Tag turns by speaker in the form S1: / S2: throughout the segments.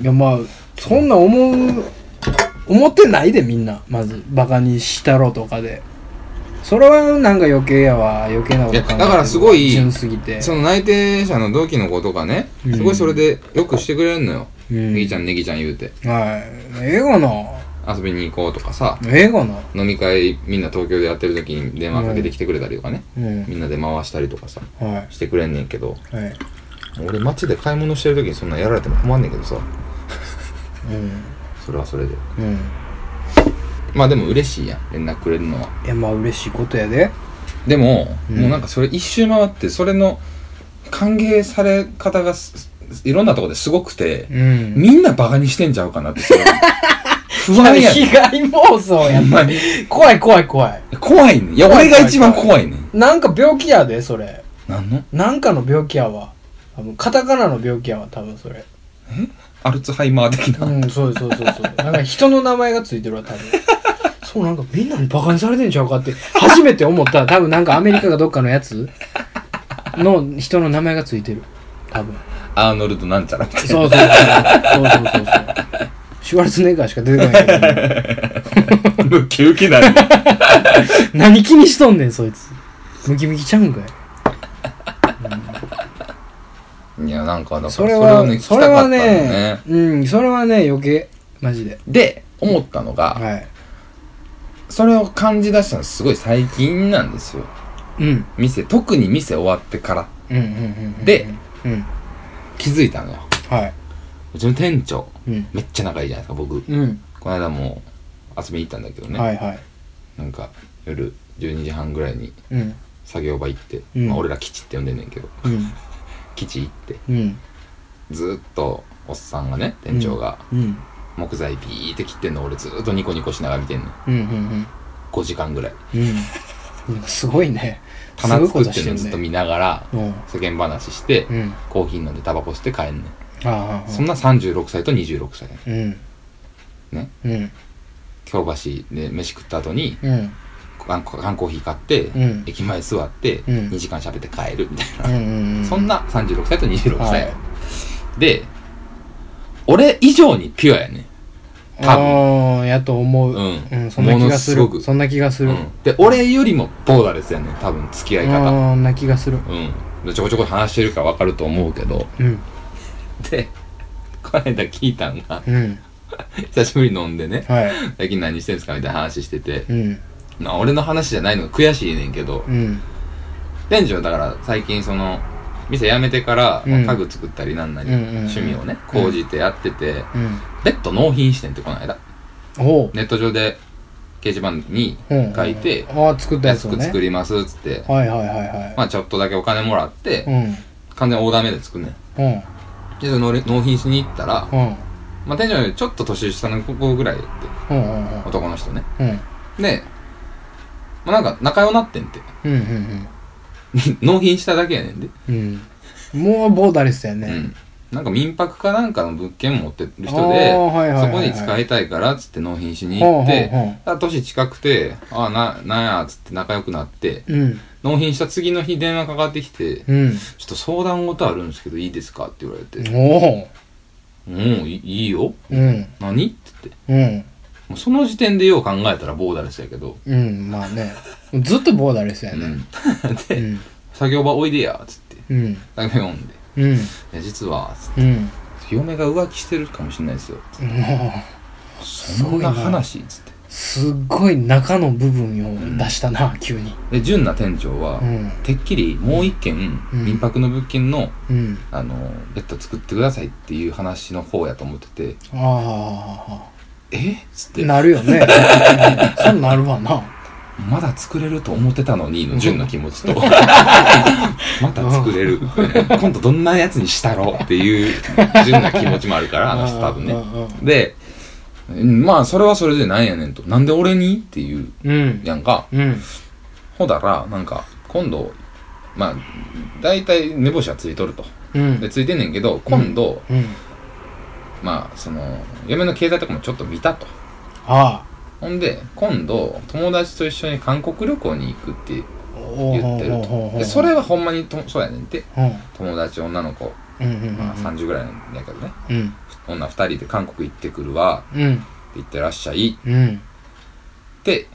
S1: いやまあそんな思う思ってないでみんなまずバカにしたろとかでそれはなんか余計やわ余計なこと考えてる
S2: いやだからすごい
S1: 純すぎて
S2: その内定者の同期の子とかね、
S1: うん
S2: すごいそれでよくしてくれるのよ。
S1: う
S2: ネ
S1: ん
S2: ギちゃんネギちゃん言うて、
S1: はい英語の
S2: 遊びに行こうとかさ、
S1: 英語の
S2: 飲み会みんな東京でやってる時に電話かけてきてくれたりとかね、
S1: うん
S2: みんなで回したりとかさ、
S1: は
S2: してくれんねんけど、
S1: いはい
S2: 俺街で買い物してる時にそんなんやられても困んねんけどさ、
S1: うん
S2: それはそれで。
S1: うん
S2: まあでも嬉しいやん、連絡くれるのは。
S1: いやまあ嬉しいことやで
S2: でも、
S1: うん
S2: もうなんかそれ一周回って、それの歓迎され方がすいろんなとこですごくて、
S1: うん
S2: みんなバカにしてんちゃうかなってすごい不
S1: 被
S2: 安やねん。
S1: 害妄想や
S2: ほんまに。
S1: 怖い怖い怖い
S2: 怖いねん。いや、
S1: 怖い
S2: 俺が一番怖いねん。
S1: なんか病気やでそれ
S2: なんの
S1: なんかの病気やわ多分カタカナの病気やわ多分それ
S2: アルツハイマー的な。
S1: うん、そうそうそうそう。なんか人の名前がついてるわ、多分。 そう、なんかみんなにバカにされてんちゃうかって、初めて思った。多分なんかアメリカがどっかのやつの人の名前がついてる。多分。
S2: アーノルドなんちゃらって。
S1: そうそうそう。そうそうそうそう。シュワルツェネッガーしか出てこないけど、
S2: ムキムキだね。
S1: 何気にしとんねん、そいつ。ムキムキちゃうんかい。
S2: いや、なんか、だから
S1: そ
S2: そ
S1: れ
S2: れ
S1: は
S2: をね、、聞き
S1: そ
S2: た
S1: れ
S2: かった
S1: は
S2: んだよね
S1: ね。、うん、それはね、余計。マジで。
S2: で、思ったのが、
S1: はい。
S2: それを感じ出したのすごい最近なんですよ。
S1: うん。
S2: 店、特に店終わってから
S1: うんうんうんうん。
S2: で、
S1: うん。
S2: 気づいたのよ。
S1: はい。
S2: うちの店長、
S1: うん。
S2: めっちゃ仲いいじゃないですか、僕。
S1: うん。
S2: この間も遊びに行ったんだけどね、
S1: はいはい。
S2: なんか夜12時半ぐらいに
S1: うん。
S2: 作業場行って、
S1: うん
S2: まあ、俺ら吉って呼んでんねんけど
S1: うん。
S2: 吉行って
S1: うん。
S2: ずーっとおっさんがね店長が
S1: うん。
S2: 木材ビーって切ってんの俺ずーっとニコニコしながら見てんの
S1: うんうん
S2: 5時間ぐらい
S1: うんうんなんかすごいねすご
S2: 棚
S1: いこ
S2: 作
S1: と
S2: って
S1: し
S2: ん
S1: て
S2: の
S1: る
S2: ずっと
S1: ね
S2: 見ながら
S1: うん
S2: 世間話して、
S1: うん
S2: コーヒー飲んでタバコ吸って帰んねん、
S1: ああ
S2: そんな36歳と26歳やね
S1: うん
S2: ね
S1: うん
S2: 京橋で飯食った後に
S1: うん
S2: 缶缶コーヒー買って、
S1: ん
S2: 駅前座って
S1: うん
S2: 2時間喋って帰るみたいな、
S1: うんうんうん
S2: そんな36歳と26歳、
S1: はい
S2: で俺以上にピュアやね、多
S1: ああやと思う
S2: うん
S1: うんそんな気がす
S2: ものすご
S1: る
S2: く
S1: そんな気がす
S2: う
S1: る
S2: ん、で俺よりもボーダレスやね多分付き合い方
S1: あんな気がする
S2: うんちょこちょこ話してるから分かると思うけど
S1: うん
S2: でこの間聞いたんが
S1: うん
S2: 久しぶりに飲んでね
S1: はい
S2: 最近何してんすかみたいな話してて
S1: う、ん
S2: まあ、俺の話じゃないのが悔しいねんけど
S1: うん
S2: 店長だから最近その店辞めてから、
S1: うん
S2: まあ家具作ったりなんなり、
S1: うんうんうん
S2: 趣味をね講じてやってて、
S1: うん
S2: ベッド納品してんってこの間
S1: おう
S2: ネット上で掲示板に
S1: うん
S2: 書いて、
S1: ああ作ったやつ
S2: 安
S1: を
S2: く
S1: ね
S2: 作りますっつって、
S1: はいはいはいはい
S2: まあちょっとだけお金もらって、
S1: うん
S2: 完全オーダーメイドで作んねん。
S1: うん
S2: で、その納品しに行ったら、
S1: うん
S2: まあ店長よりちょっと年下の子ぐらいやって、
S1: うんうん
S2: 男の人ね。
S1: うん
S2: で、まあなんか仲良くなってんて。
S1: うんうん
S2: 納品しただけやねんで。
S1: うんうんもうボーダレスや
S2: う
S1: ね
S2: ん。なんか民泊かなんかの物件持ってる人で、
S1: あーはいはいはいはい
S2: そこに使いたいからっつって納品しに行って、
S1: ほうほうほう
S2: あ年近くて、ああ、な、なんやっつって仲良くなって、
S1: うん
S2: 納品した次の日電話かかってきて、
S1: うん
S2: ちょっと相談事あるんですけどいいですかって言われて、
S1: おお
S2: うん、いいいよ。
S1: うん
S2: 何って言っ
S1: う
S2: て。
S1: ん
S2: もうその時点でよう考えたらボーダレスやけど、
S1: うんまあねずっとボーダレスや
S2: う
S1: ね
S2: ん。
S1: う
S2: で、
S1: ん
S2: 作業場おいでや、つって。
S1: うん
S2: だけ読んで。
S1: うん
S2: いや、実は、つっ
S1: うん
S2: て嫁が浮気してるかもしれないですよ。
S1: も
S2: そ
S1: ご
S2: ん
S1: いな
S2: な話、つって。
S1: うすっごい中の部分を出したな急に
S2: で、純な店長は、
S1: うん
S2: てっきりもう一件、
S1: うん
S2: 民泊の物件の、
S1: うん
S2: あの、ベッド作ってくださいっていう話の方やと思ってて、
S1: ああ
S2: えつって、
S1: なるよね そうなるわな
S2: まだ作れると思ってたのにの純の気持 ちとまた作れる今度どんなやつにしたろうっていう純な気持ちもあるからあの人多分ね
S1: ね
S2: でうんまあそれはそれでなんやねんとなんで俺にっていう
S1: うん
S2: やんか
S1: うん
S2: ほだらなんか今度まあ大体目星はついとると
S1: うん
S2: でついてんねんけど今度、
S1: うん
S2: まあその嫁の経済とかもちょっと見たと
S1: ああ
S2: ほんで今度友達と一緒に韓国旅行に行くって
S1: お
S2: 言ってるとでそれはほんまにとそうやねんって
S1: うん
S2: 友達女の子
S1: うんうんうん
S2: まあ、30ぐらいなんやけどね
S1: うん
S2: 女2人で韓国行ってくるわ
S1: うん
S2: って言ってらっしゃい
S1: うん
S2: って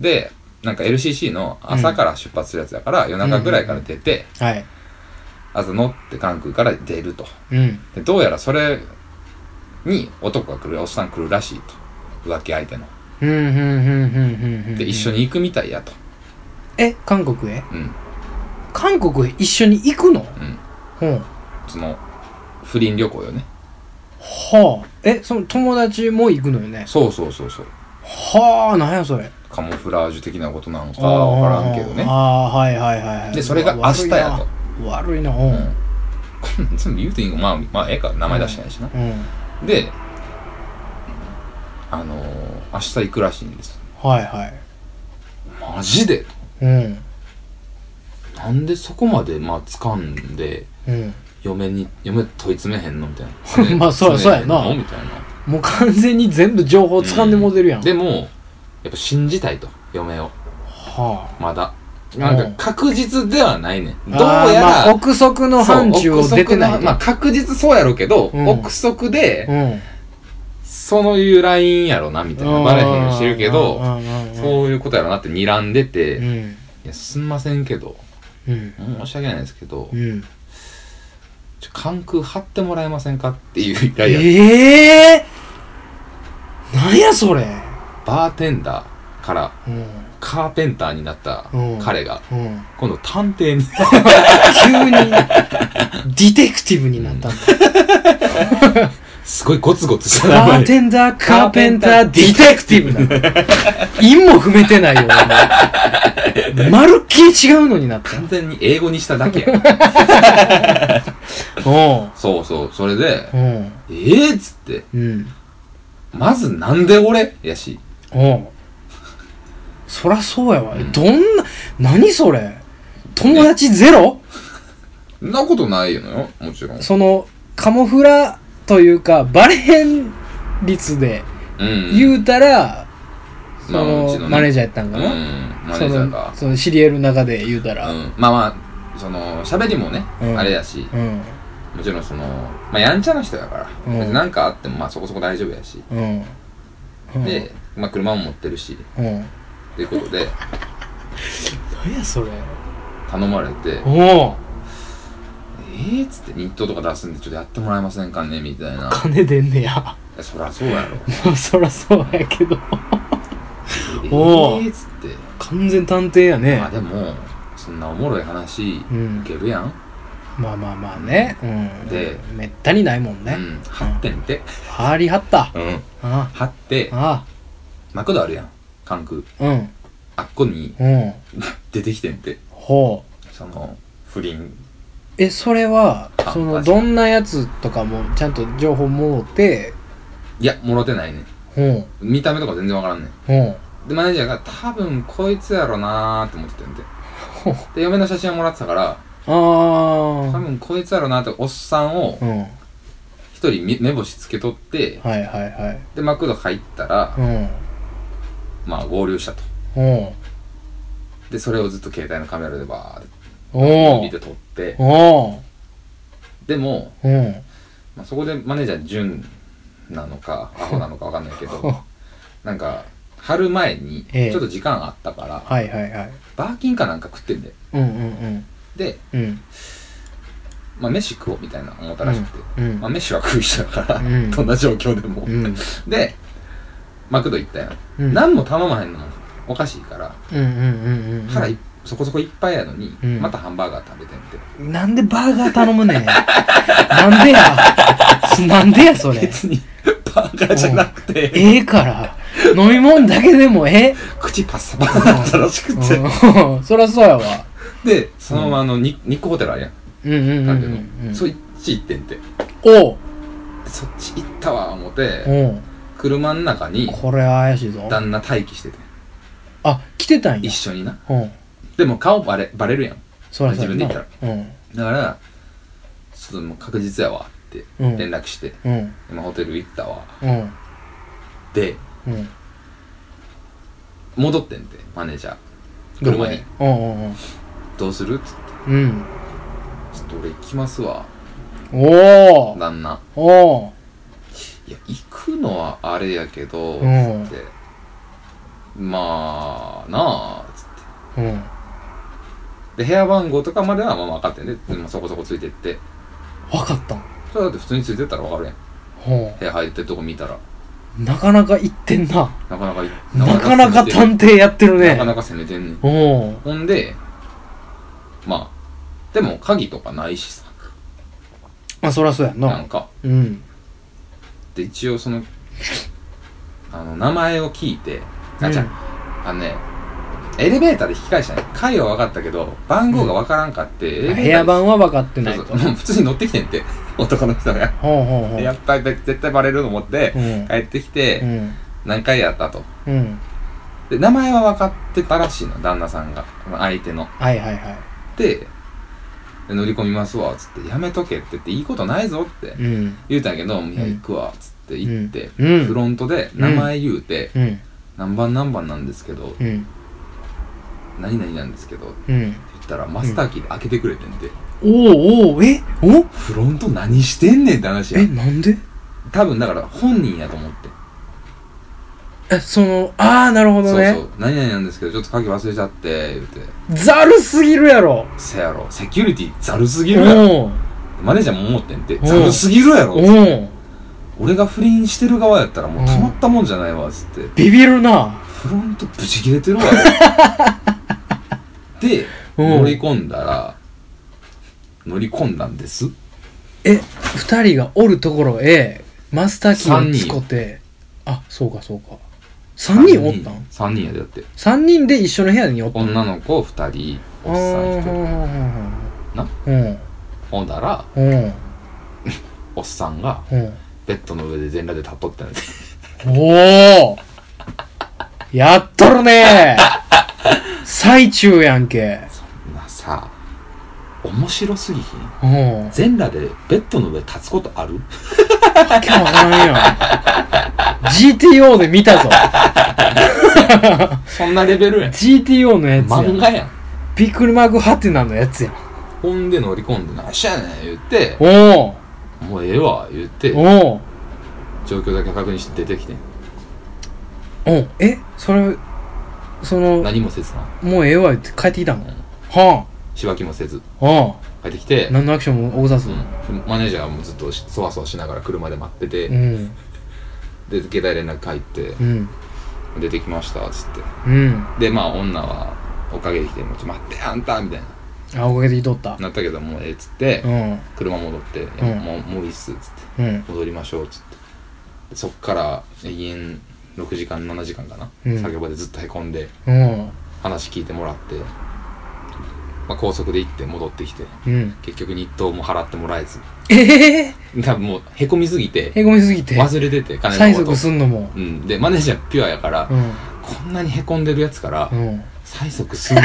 S2: でなんか LCC の朝から出発するやつだから、夜中ぐらいから出て、
S1: はい
S2: 朝乗って関空から出ると
S1: うん
S2: でどうやらそれに男が来るおっさん来るらしいと浮気相手の
S1: うんうんうんうんうんうん
S2: で一緒に行くみたいやと
S1: え韓国へ
S2: うん
S1: 韓国へ一緒に行くの
S2: うん
S1: ほう
S2: その不倫旅行よね
S1: はあえその友達も行くのよね
S2: そうそうそうそう
S1: はあなんやそれ
S2: カモフラージュ的なことなのかわからんけどね
S1: ああはいはいはいはい
S2: でそれが明日やと
S1: 悪いな悪いなうん
S2: こんなん全部言うていいんかまあまあええか名前出してないしな、
S1: うん
S2: であのー明日行くらしいんです
S1: はいはい
S2: マジで
S1: うん
S2: なんでそこまでまあ掴んで
S1: うん
S2: 嫁に嫁問い詰めへんのみたいな詰 め
S1: まあそう
S2: 詰めへん
S1: そ
S2: の
S1: うやな
S2: みたいな
S1: もう完全に全部情報掴んでもうてるやん、
S2: でもやっぱ信じたいと嫁を
S1: は
S2: まだ
S1: うん
S2: なんか確実ではないねん
S1: あ
S2: どうやら
S1: あーまあ、憶測の範疇を
S2: そう
S1: 出てな
S2: 憶測
S1: い
S2: のまあ確実そうやろうけど、
S1: うん
S2: 憶測
S1: う
S2: で
S1: ん
S2: そのいうラインやろなみたいなバレへんしてるけ
S1: う
S2: ど
S1: んうんうん
S2: そういうことやろなって睨んでて、
S1: う
S2: い
S1: ん
S2: やすんませんけど
S1: うん
S2: 申し訳ないですけど、
S1: うん
S2: ちょ関空張ってもらえませんかっていう依頼やった
S1: ええー、なんやそれ
S2: バーテンダーから
S1: うん
S2: カーペンターになった
S1: うん
S2: 彼が、
S1: うん
S2: 今度探偵に
S1: 急にディテクティブになったんだ
S2: すごいゴツゴツ した名
S1: バ
S2: 前
S1: ーテンダー、カーペンター、ディテクティブなの。韻も踏めてないよ、俺もまるっきり違うのになった。
S2: 完全に英語にしただけや
S1: おう
S2: そうそうそれで
S1: おう
S2: ええっつって
S1: うん。
S2: まずなんで俺やし
S1: おうそらそうやわ。どんな、何それ友達ゼロ
S2: そんなことないのよもちろん
S1: その、カモフラというか、バレへん率で
S2: うん
S1: 言うたら、そ
S2: まあう
S1: の、
S2: ちのね
S1: マネージャーやったんか
S2: うん
S1: な
S2: マネ
S1: そ
S2: ージャーが
S1: の、その知り得る中で言うたら。
S2: うんまあまあその喋りもね、
S1: うん
S2: あれやし
S1: うん。
S2: もちろんそのまあやんちゃな人やから、
S1: うん
S2: 別になんかあってもまあそこそこ大丈夫やし、
S1: うん。うん
S2: で、まあ、車も持ってるし
S1: うん。
S2: ということで
S1: 何やそれ
S2: 頼まれて
S1: おお
S2: えーっつって日当とか出すんでちょっとやってもらえませんかねみたいな
S1: 金出んねや
S2: いやそりゃそう やろ
S1: まあそらそうやけどお
S2: え
S1: ー
S2: ーっつって
S1: 完全探偵やね
S2: まあでもそんなおもろい話
S1: うん
S2: 受けるやん
S1: まあまあまあねうん
S2: で
S1: めったにないもん
S2: う
S1: ね、
S2: ん張ってんて
S1: 張り張った
S2: うん
S1: あ
S2: 張って
S1: あ
S2: マクドあるやん関空
S1: あうん
S2: あっこに
S1: うん
S2: 出てきてんて
S1: ほう
S2: その不倫
S1: えそれは
S2: あ
S1: その
S2: 確かに
S1: どんなやつとかもちゃんと情報もろて
S2: いやもろてないね
S1: ほ
S2: 見た目とか全然わからんねん
S1: うほ
S2: でマネージャーが多分こいつやろなーって思って たんで
S1: ほう
S2: で嫁の写真をもらってたから多
S1: ああ
S2: 分こいつやろなーっておっさんを
S1: うん
S2: 一人み目星つけとって
S1: はいはいはい
S2: でマクド入ったら
S1: うん
S2: まあ合流したと
S1: ほ
S2: でそれをずっと携帯のカメラでバーって
S1: うお
S2: 見
S1: う
S2: て撮って
S1: おう
S2: でも、
S1: うん
S2: まあ、そこでマネージャー純なのかアホなのかわかんないけ
S1: ほう
S2: どなんか春前に
S1: ええ
S2: ちょっと時間あったから、
S1: はいはいはい
S2: バーキンかなんか食ってんで
S1: うんうん
S2: で、
S1: うんうん
S2: まあ、飯食おうみたいな思ったらしくて、
S1: うん
S2: まあ、飯は食う人だから、
S1: うん
S2: どんな状況でも、
S1: うん
S2: でマクド行ったよ、
S1: うん
S2: 何も頼まへんのもおかしいから
S1: うんうんうんうんうん
S2: 腹い、そこそこいっぱいやのに、
S1: うん
S2: またハンバーガー食べてんて
S1: なんでバーガー頼むねんなんでやなんでやそれ
S2: 別にバーガーじゃなくて
S1: ええから飲み物だけでもえ
S2: 口パッサパサだったらしくて、
S1: うん そりゃそうやわ
S2: でそのままあのニニックホテルあるやん
S1: うんうんう
S2: なん
S1: ん
S2: けど、
S1: うん
S2: そっち行ってんてで
S1: おう
S2: そっち行ったわ思って
S1: おう
S2: 車の中に
S1: これ怪しいぞ
S2: 旦那待機してて
S1: あ来てたんや
S2: 一緒にな
S1: うん
S2: でも顔バレバレるやん
S1: そりゃそうやな
S2: 自分で行っ
S1: うん
S2: だからちょっともう確実やわって
S1: うん
S2: 連絡して、
S1: うん
S2: 今ホテル行ったわ
S1: うん
S2: で
S1: うん
S2: 戻ってんてマネージャー車に
S1: うんうんうん
S2: どうするっつって
S1: うん
S2: ちょっと俺行きますわ
S1: おー
S2: 旦那
S1: おー
S2: いや行くのはあれやけど、
S1: うん
S2: つってまあなあつって
S1: うん
S2: で部屋番号とかまではまあ分かってんで、でもそこそこついてって
S1: 分かった
S2: それだって普通についてったら分かるやん
S1: ほ
S2: 部屋入ってるとこ見たら
S1: うなかなか行ってんな
S2: なかなかい
S1: なかなか
S2: 攻め
S1: 探偵やってる
S2: てんね
S1: ね
S2: なかなか攻めてんねん
S1: おう
S2: ほんでまあでも鍵とかないしさ
S1: まあそりゃそうやん
S2: な
S1: なん
S2: か
S1: うん
S2: で一応そのあの名前を聞いてあじゃああのねエレベーターで引き返したね階は分かったけど番号が分からんかって、エレベーター
S1: 部屋番は分かってない
S2: そう
S1: と
S2: そうもう普通に乗ってきてん って男の人が
S1: ほうほうほう
S2: やっぱり絶対バレると思って
S1: うん
S2: 帰ってきて、
S1: うん
S2: 何回やったと
S1: うん
S2: で名前は分かってたらしいの旦那さんが相手の
S1: はいはいは
S2: でで乗り込みますわつって「やめとけ」って言って「いいことないぞ」って
S1: いうん
S2: 言うたんやけど「いや
S1: うん
S2: 行くわ」つって行って、
S1: うん
S2: フロントで名前言うて
S1: うん
S2: 「何番何番なんですけど
S1: うん
S2: 何々なんですけど」って
S1: うん
S2: 言ったらマスターキーで開けてくれてんで
S1: おうおうえお
S2: 「フロント何してんねん」って話や
S1: えなんで
S2: 多分だから本人やと思って
S1: えそのああなるほど
S2: そう
S1: ね
S2: そう何々なんですけどちょっと鍵忘れちゃって言うて
S1: ざるすぎるやろ
S2: 「せやろセキュリティざるすぎるやろ」
S1: おう
S2: マネージャーも思ってんて「
S1: ん
S2: ざるすぎるやろ」
S1: おう
S2: 俺が不倫してる側やったらもう
S1: うん
S2: たまったもんじゃないわっつって
S1: ビビるな
S2: フロントブチ切れて るわで
S1: うん
S2: 乗り込んだら乗り込んだんです
S1: え二人がおるところへマスターキーをつこてあそうかそうか三人おったん
S2: 3人やでだって
S1: 三人で一緒の部屋におったん
S2: 女の子2人おっさん1人
S1: さ
S2: なん
S1: うん
S2: ほんだら
S1: うんうん
S2: おっさんが
S1: うん
S2: ベッドの上で全裸で立っとったんです
S1: おおやっとる ね最中やんけ
S2: まあさ面白すぎひん
S1: うんわ
S2: 全裸でベッドの上立つことある
S1: けわからんやん GTO で見たぞ
S2: そんなレベルやん
S1: GTO のやつや
S2: 漫
S1: ん
S2: 画やん
S1: ビックリマークハテナのやつやん
S2: ほんで乗り込んで「なしやねん」言って
S1: お
S2: 「もうええわ」言って
S1: おおお
S2: 状況だけ確認して出てきてん
S1: うん、えそれその
S2: 何もせずな
S1: もうええわ言って帰ってきたの、
S2: ん
S1: は
S2: 仕分けもせず
S1: あは
S2: 帰ってき
S1: あ
S2: て、
S1: 何のアクションも起こさず
S2: うん、マネージャーはもうずっとしそわそわしながら車で待ってて、
S1: うん
S2: で携帯連絡入って
S1: う、ん
S2: 出てきましたっつって
S1: うん
S2: でまあ女はおかげで来て「もうちょ待ってあんた」みたいな
S1: あおかげでいとった
S2: なったけどもうええっつって、
S1: うん
S2: 車戻って、いやもうもういいっすっつっ
S1: う
S2: て
S1: ん
S2: 戻りましょうっつってでそっから永遠6時間7時間かな、
S1: うん
S2: 作業場でずっとへこんで
S1: うん
S2: 話聞いてもらって、まあ、高速で行って戻ってきて
S1: うん
S2: 結局日当も払ってもらえず
S1: ええ
S2: 多分もうへこみすぎて
S1: へこみすぎて
S2: 忘れてて金
S1: 催
S2: のこと
S1: 促すんのも
S2: うんでマネージャーピュアやから、
S1: うん
S2: こんなにへこんでるやつから、
S1: うん
S2: 催促すんの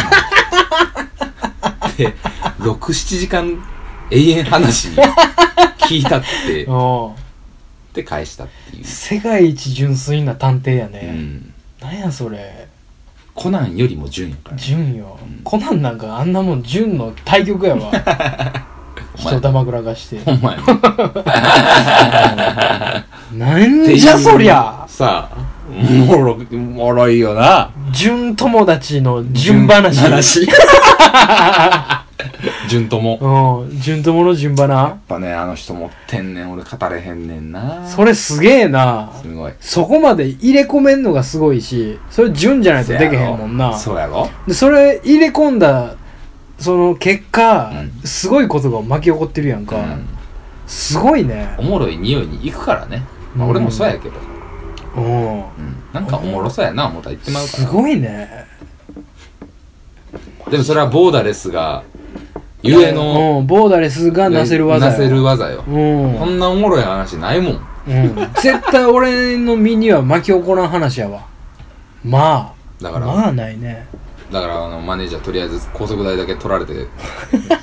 S2: って67時間永遠話聞いたって
S1: あ
S2: で返したっていう、
S1: 世界一純粋な探偵や
S2: う
S1: ね、
S2: ん、
S1: なんやそれ
S2: コナンよりも純やからね
S1: 純よ、
S2: うん
S1: コナンなんかあんなもん純の対局 やわ人玉ぐらかして
S2: ほんまやね
S1: なん じゃそりゃ
S2: さあおもろおもろいよな
S1: 純友達の純話
S2: 話純ともやっ
S1: うん純友の純花
S2: ぱねあの人持ってんねん俺語れへんねんな
S1: それすげえな
S2: すごい
S1: そこまで入れ込めんのがすごいしそれ純じゃないとできへんもんな
S2: そうやろ
S1: でそれ入れ込んだその結果、
S2: うん
S1: すごいことが巻き起こってるやんか、
S2: そうやろうん
S1: すごいね
S2: おもろい匂いに行くからね、まあ、
S1: うん
S2: 俺もそうやけど、
S1: うん
S2: うんなんかおもろそうやな思ったら言ってまうか
S1: す
S2: ら
S1: ごいね
S2: でもそれはボーダレスがゆえの
S1: うん、ボーダレスがなせる技
S2: なせる技よ
S1: う、ん、
S2: こんなおもろい話ないもん
S1: うん、絶対俺の身には巻き起こらん話やわま
S2: だ
S1: あ
S2: から、
S1: まあないね
S2: だからあのマネージャーとりあえず高速代だけ取られて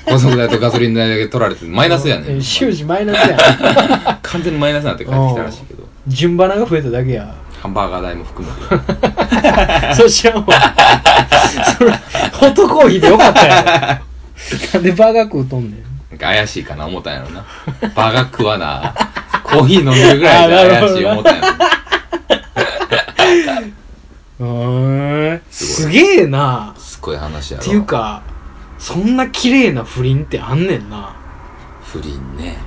S2: 高速代とガソリン代だけ取られてマイナスやねん
S1: 終始マイナスやん
S2: 完全にマイナスになって帰ってきたらしいけど
S1: 順花が増えただけ や
S2: ハンバーガー代も含めて
S1: それ知らんわそれホットコーヒーでよかったやろなんでバーガー食うとんねん
S2: か怪しいかな思ったんやろな。バカ食わな。コーヒー飲んでるぐらい
S1: あな
S2: で
S1: るほ
S2: 怪
S1: ど
S2: しい思ったんやろな。
S1: うーん
S2: す
S1: す
S2: ご
S1: げえな
S2: すごい話や
S1: っ
S2: ろ。
S1: ていう。かそんな綺麗な不倫ってあんねんな
S2: 不倫ね。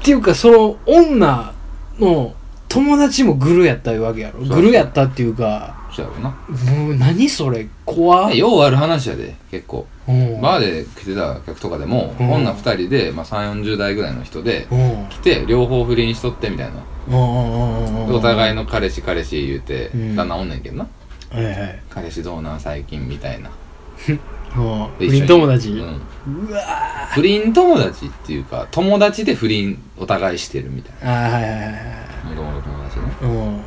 S1: っていうかその女の友達もグルやったいうわけやろ
S2: そうそう
S1: グルやったっていうか
S2: そうやろな。
S1: もう何それ怖
S2: まあ、
S1: い、
S2: ようある話やで、結構。
S1: うん、
S2: バーで来てた客とかでも、
S1: うん
S2: 女二人で、まあ、3、40代ぐらいの人で、
S1: うんうん
S2: 来て、両方不倫しとってみたいな。
S1: うんうんうん
S2: でお互い
S1: の
S2: の彼氏彼氏言うて、
S1: うん
S2: 旦那おんねんけどな。
S1: はいはい
S2: 彼氏どうなん最近みたいな。
S1: うん不
S2: で一緒に
S1: 倫友達、
S2: うん。
S1: うわ
S2: 不倫友達っていうか、友達で不倫お互いしてるみたい
S1: あーはいはいはいはい
S2: な。もともと友達ね。
S1: うん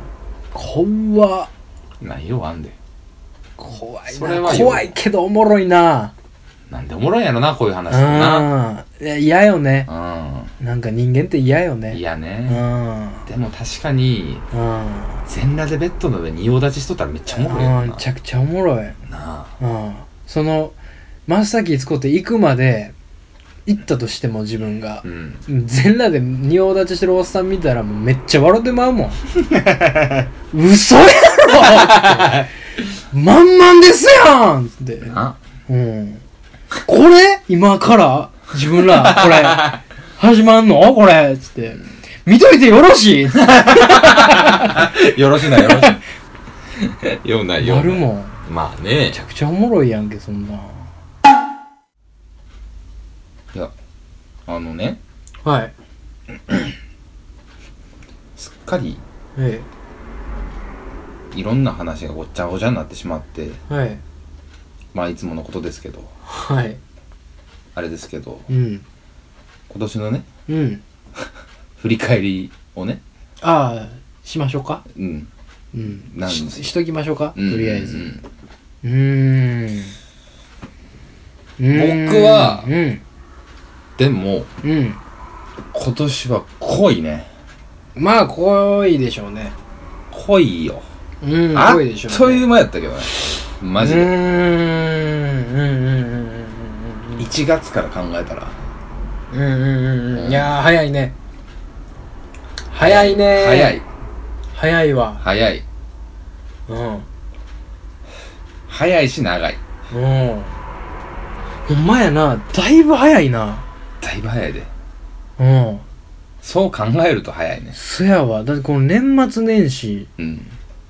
S1: 怖っ
S2: ないよ、あんで。
S1: 怖い
S2: それは
S1: な
S2: よ
S1: 怖いけどおもろいな
S2: なんでおもろいんやろな、こういう話ってな。
S1: うんいや嫌よね
S2: う
S1: なんか人間って嫌よ
S2: ん。い
S1: ね
S2: や
S1: う
S2: ね。
S1: んうん
S2: でも確かに、全裸でベッドの上に用立ちしとったらめっちゃおもろいよ
S1: うん
S2: な。
S1: めちゃくちゃおもろい
S2: なあ。
S1: うんその真っ先使って行くまで行ったとしても自分が
S2: うん。
S1: 全裸で仁王立ちしてるおっさん見たらもうめっちゃ笑ってまうもん嘘やろまんまんですやんって
S2: な
S1: うん。これ今から自分ら、これ、始まんのこれつって。見といてよろしいつっ
S2: よろしいな、よろしい。 ようない
S1: て
S2: よ
S1: や
S2: うない。
S1: るもん。め
S2: まあね
S1: ち。ゃくちゃおもろいやんけ、そんな。
S2: いや、あのね、
S1: はい。
S2: すっかり
S1: え
S2: いろんな話がごっちゃごちゃになってしまって、
S1: え。はい。
S2: まあいつものことですけど、
S1: はい。
S2: あれですけど、
S1: うん。
S2: 今年のね、
S1: うん。
S2: 振り返りをね、
S1: ああ、しましょうか。
S2: うん。
S1: うん。
S2: なん
S1: ししときましょうか。と
S2: うん
S1: りあえず。
S2: う
S1: うんーん。
S2: 僕は
S1: うん。
S2: でも、
S1: うん。
S2: 今年は濃いね。
S1: まあ、濃いでしょうね。
S2: 濃いよ。
S1: うん、
S2: あっ
S1: 濃いでしょうね。
S2: という間やったけどね。マジ
S1: うー
S2: で。
S1: んうんうんうんうんうん
S2: 1月から考えたら、
S1: うんうんうんうんいやー早いね早いねー
S2: 早い、
S1: 早いわ
S2: 早い、
S1: うんうん
S2: 早いし長い。
S1: ほんまやなだいぶ早いな
S2: だいぶ早いで。
S1: うん
S2: そう考えると早いね。
S1: そやわだってこの年末年始
S2: うん。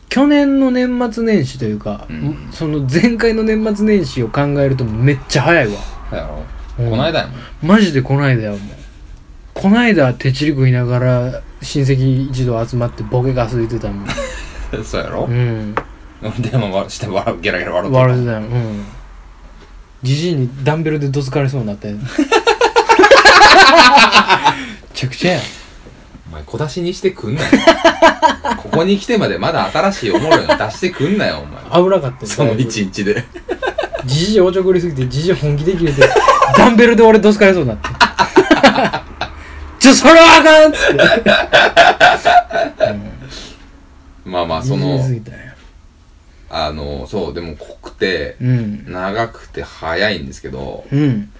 S1: 去年の年末年始というか、
S2: うん
S1: その前回の年末年始を考えるとめっちゃ早いわ
S2: そうやろ、
S1: うん
S2: こないだやもん。
S1: マジでこないだよもうこないだ手ちり食いながら親戚一同集まってボケがすいてた もん
S2: そうやろ
S1: うん
S2: 電話わして笑うゲラゲラ笑って
S1: 笑ってたようんじじいにダンベルでどつかれそうになってめちゃくちゃやん
S2: お前小出しにしてく んなよここに来てまでまだ新しいおもろいの出してくんなよお前
S1: 危なかったよ
S2: その一日で
S1: じじいおちょくりすぎてじじい本気で切れて ダンベルで俺どつかれそうになって ちょそれはあかんっつって、
S2: まあま
S1: う
S2: あ
S1: ん、
S2: そ
S1: じ
S2: の
S1: じいすぎたんや
S2: あのそうでも濃くて
S1: うん
S2: 長くて早いんですけど
S1: うん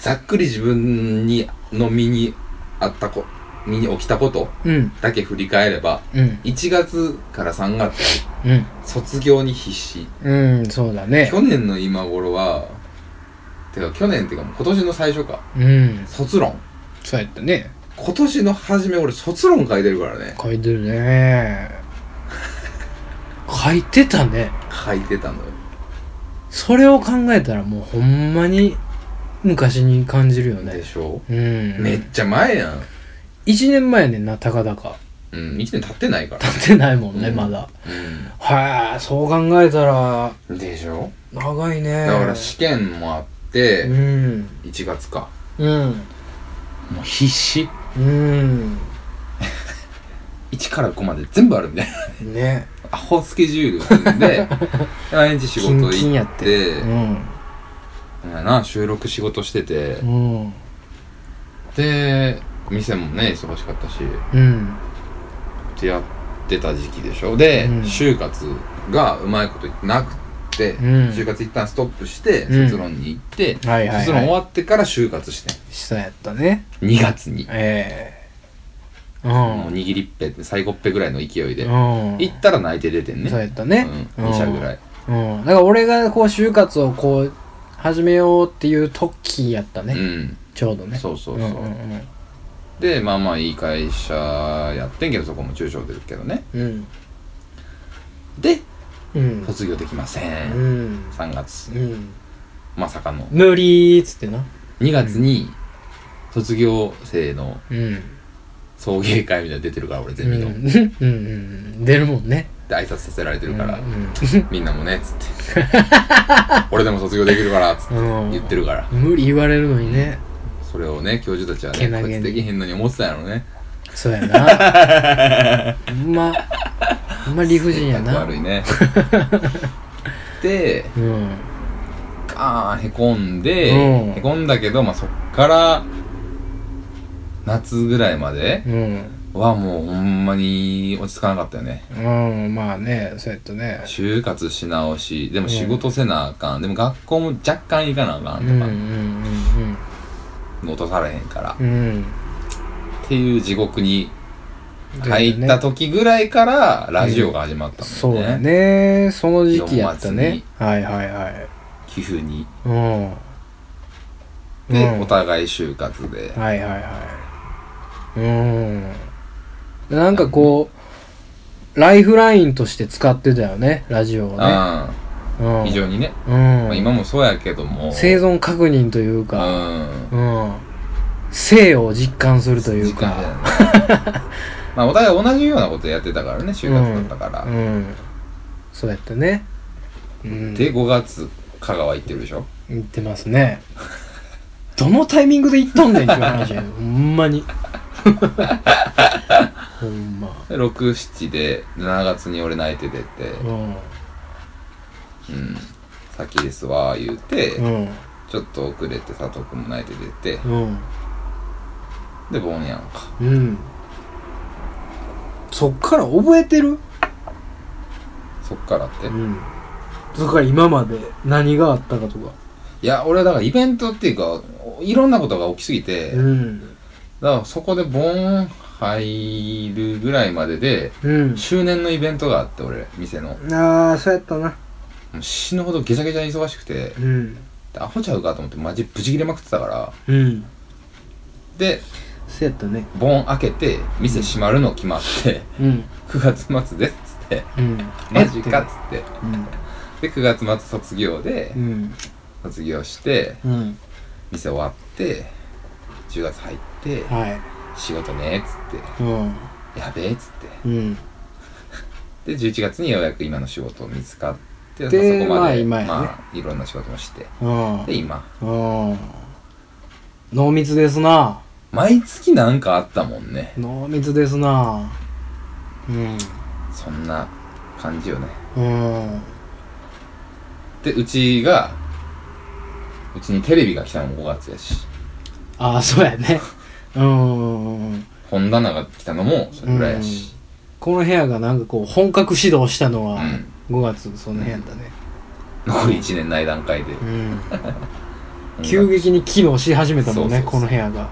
S2: ざっくり自分にの身にあったこ身に起きたこと
S1: うん
S2: だけ振り返れば
S1: うん
S2: 1月から3月
S1: うん
S2: 卒業に必死
S1: うんそうだね
S2: 去年の今頃はてか去年っていうかもう今年の最初か
S1: うん
S2: 卒論
S1: そうやったね
S2: 今年の初め俺卒論書いてるからね
S1: 書いてる ね書いてたね
S2: 書いてたのよ
S1: それを考えたらもうほんまに昔に感じるよ
S2: で
S1: ね
S2: しょ
S1: うん
S2: めっちゃ前やん
S1: 1年前やねんなたかだか
S2: うん1年経ってないから
S1: 経ってないもんね、
S2: うん
S1: まだはいそう考えたら
S2: うんでしょ
S1: 長いね
S2: だから試験もあって
S1: うん
S2: 1月か
S1: うん
S2: もう必死
S1: うん
S2: 1から5まで全部あるみたいな
S1: ね
S2: アホスケジュールで毎日仕事
S1: キンキン
S2: 行
S1: やっ
S2: ってて
S1: うん
S2: お前な収録仕事してて
S1: うん
S2: で店もね忙しかったし
S1: うん
S2: ってやってた時期でしょで
S1: うん
S2: 就活がうまいこといってなくって、
S1: うん
S2: 就活一旦ストップして、
S1: うん
S2: 卒論に行って、
S1: はいはいはい
S2: 卒論終わってから就活して
S1: そうやったね。
S2: ん2月に、
S1: ええ
S2: もう握りっぺ最後っぺぐらいの勢いで、
S1: うん。うん。
S2: 行ったら泣いて出てんね
S1: そうやったね。
S2: うん、2社ぐ
S1: い。
S2: らい
S1: うん。だから俺がこう、就活をこう、始めようっていう時やったね。ちょうど
S2: うん
S1: ね。
S2: そうそうう
S1: そ
S2: そうう、
S1: んうん
S2: でまあまあいい会社やってんけどそこも中小ですけどね
S1: うん。
S2: で
S1: うん。
S2: 卒業できませ、
S1: うんん。
S2: 3月
S1: うん。
S2: まさかの
S1: 無理ーっつってな。
S2: 2月に卒業生の
S1: うん。
S2: 送迎会みたいなの出てるから俺ゼミの、
S1: うんうんうん。出るもんね。
S2: で挨拶させられてるから、
S1: うん
S2: みんなもねっつって俺でも卒業できるからっつって
S1: うん。
S2: 言ってるから
S1: 無理言われるのにね。
S2: それをね教授たちは
S1: け
S2: ね
S1: なげ
S2: こ
S1: に
S2: いつできへんのに思ってたんやろね
S1: そうやな。 ほんま、ほんま理不尽や
S2: 性
S1: な。
S2: 格悪い ねで
S1: うん。
S2: ガーンへこんで、
S1: うん
S2: へこんだけど、まあ、そっから夏ぐらいまで
S1: うん。
S2: はもうほんまに落ち着かなかったよね
S1: うん、まあね、そうやったね。
S2: 就活し直しでも仕事せなあかん、でも学校も若干行かなあか
S1: うんんう
S2: と
S1: ん
S2: か、
S1: うん
S2: 落とされへんから、
S1: うん。うん。
S2: っていう地獄に入った時ぐらいからラジオが始まった
S1: そ
S2: ん
S1: う
S2: だよ
S1: だ
S2: ね,、
S1: ね。その時期やったね。はいはいはい。
S2: 寄付に
S1: うん。
S2: で、
S1: うん
S2: お互い就活で、
S1: はいはいはい。うん。なんかこう、ライフラインとして使ってたよね、ラジオをね。
S2: あ
S1: う
S2: あ
S1: ん
S2: 非常にね、
S1: うん。
S2: まあ、今もそうやけども
S1: 生存確認という
S2: う
S1: か、
S2: ん
S1: うん。生を実感するという
S2: 時間じゃ
S1: か、
S2: ないまあお互い同じようなことやってたからね就活だったから、
S1: うん。そうやってね。うん。
S2: で5月香川行ってるでしょ
S1: 言ってますね。どのタイミングで行っとんねんっていう話やねんほんまに。ほんま。
S2: で67で7月に俺泣いて出て
S1: う
S2: 「うん先ですわ」言うて、
S1: ん。
S2: ちょっと遅れて佐藤君も泣いて出て
S1: うん。うん。
S2: でボンやんか
S1: うん。そっから覚えてる
S2: そっからって、い
S1: ん。そっから今まで何があったかとか。
S2: や俺はだからイベントっていうかいろんなことが起きすぎて、
S1: ん。
S2: だからそこでボン入るぐらいまでで
S1: うん。
S2: 周年のイベントがあって俺店の
S1: ああ、そうやったな。
S2: もう死ぬほどゲチャゲチャに忙しくて
S1: うん。
S2: でアホちゃうかと思ってマジブチ切れまくってたから
S1: うん。
S2: で
S1: そうやったね。
S2: ボン開けて店閉まるの決まって、
S1: うん。
S2: 9月末ですっつって
S1: うん。
S2: マジかっつって
S1: うん。
S2: で9月末卒業で、
S1: うん。
S2: 卒業して
S1: うん。
S2: 店終わって10月入って
S1: はい。
S2: 仕事ねっつ
S1: う
S2: っ
S1: ん。
S2: てやべえっつっ
S1: う
S2: て
S1: ん。
S2: で11月にようやく今の仕事を見つかって
S1: で
S2: まあそこまで
S1: まあ今やね
S2: あいろんな仕事もして
S1: うん。
S2: で今
S1: うん。濃密ですな。
S2: 毎月なんかあったもんね
S1: 濃密ですな。うん。
S2: そんな感じよね
S1: うん。
S2: でうちがうちにテレビが来たのも5月やし
S1: ああ、そうやね。うん。
S2: 本棚が来たのもそれぐらいやし、
S1: この部屋がなんかこう、本格始動したの
S2: う
S1: は
S2: ん、
S1: 5月、その部屋だね。
S2: 残り1年ない段階で、
S1: うん。急激に機能し始めたもんね、
S2: そうそ
S1: こ
S2: う
S1: の
S2: そう
S1: 部屋が。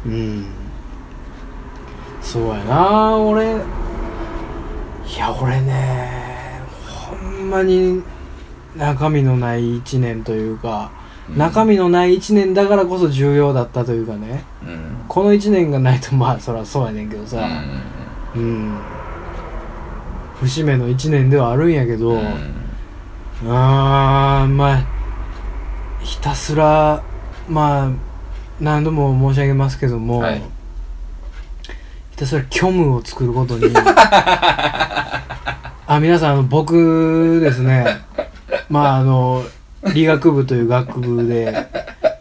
S1: うん。そうやな俺。いや、俺ね、ほんまに中身のない一年というか、
S2: うん
S1: 中身のない一年だからこそ重要だったというかね、
S2: うんうん
S1: この一年がないとまあそりゃそうやねんけどさ、うん。節目の一年ではあるんやけど、
S2: うん
S1: あーまあひたすらまあ何度も申し上げますけども、
S2: はい
S1: ひたすら虚無を作ること にあ皆さんあの僕ですねまああの理学部という学部で、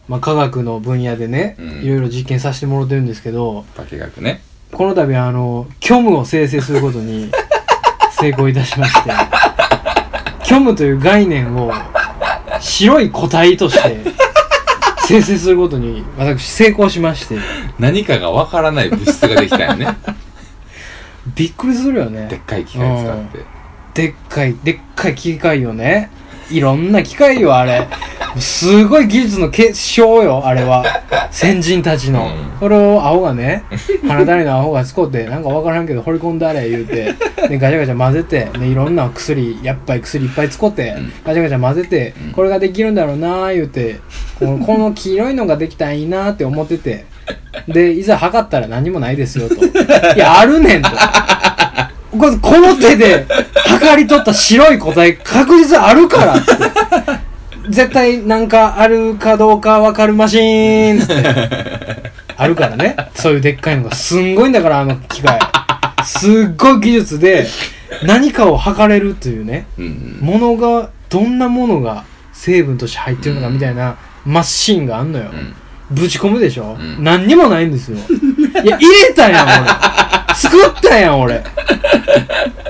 S1: まあ、科学の分野でね、
S2: うん
S1: いろいろ実験させてもらってるんですけど
S2: 竹学ね
S1: この度あの虚無を生成することに成功いたしまして虚無という概念を白い個体として生成することに私成功しまして
S2: 何かがわから ない物質ができたよね
S1: びっくりするよ
S2: でっ
S1: ね
S2: かい機械使って
S1: でっかいでっかい機械よねいろんな機械よあれすごい技術の結晶よあれは先人たちの、
S2: うん
S1: これをアホがね花谷のアホが使ってなんかわからんけど掘り込んだれ言うてでガチャガチャ混ぜて、ね、いろんな薬やっぱり薬いっぱい使って、
S2: うん
S1: ガチャガチャ混ぜて、
S2: うん
S1: これができるんだろうなー言うてこのこの黄色いのができたらいいなーって思っててでいざ測ったら何もないですよといやあるねんとこれこの手で測り取った白い個体確実あるからっつって絶対なんかあるかどうかわかるマシーンっつってあるからねそういうでっかいのがすんごいんだからあの機械すっごい技術で何かを測れるというね
S2: うん
S1: ものがどんなものが成分として入ってるのかみたいなマシーンがあんのよ、
S2: うん
S1: ぶち込むでしょ、
S2: うん
S1: 何にもないんですよいや入れたやん俺作ったやん俺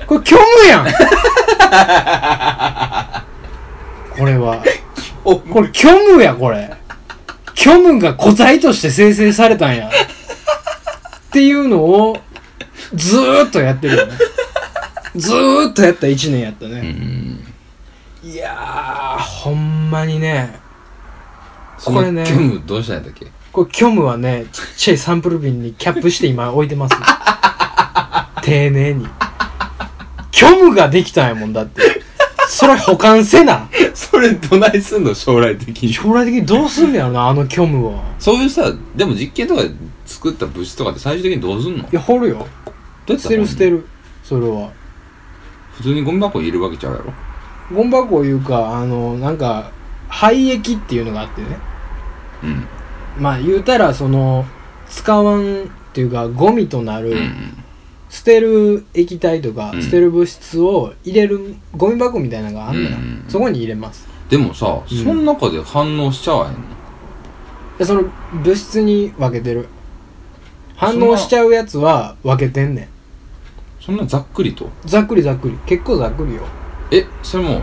S1: これ虚無やんこれは
S2: お
S1: これ虚無やこれ虚無が個体として生成されたんやっていうのをずーっとやってるよねずーっとやった1年やったね、
S2: うん
S1: いやー、ほんまにね、
S2: そ
S1: これね
S2: の虚無どうしたんだっけ
S1: これ虚無はね、ちっちゃいサンプル瓶にキャップして今置いて ます。丁寧に。虚無ができたんやもんだって。それ保管せな。
S2: それどないすんの将来的に
S1: 将来的にどうすんのやろな、あの虚無を。
S2: そういうさでも実験とかで作った物質とかって最終的にどうすんの
S1: い
S2: ど
S1: や、掘るよ。
S2: うやって
S1: 捨てる捨て
S2: る
S1: る。それは。
S2: 普通にゴミ箱に入れるわけちゃうやろ
S1: ゴン箱いうか、あの、なんか、廃液っていうのがあってね。
S2: うん
S1: まあ言うたら、その、使わんっていうか、ゴミとなる、
S2: うん
S1: 捨てる液体とか、
S2: うん
S1: 捨てる物質を入れるゴミ箱みたいなのがあんのよ、
S2: うん
S1: そこに入れます
S2: でもさ、
S1: うん
S2: その中で反応しちゃわへんの
S1: でその物質に分けてる反応しちゃうやつは分けてんねん
S2: そんなざっくりと
S1: ざっくりざっくり結構ざっくりよ
S2: えそれもう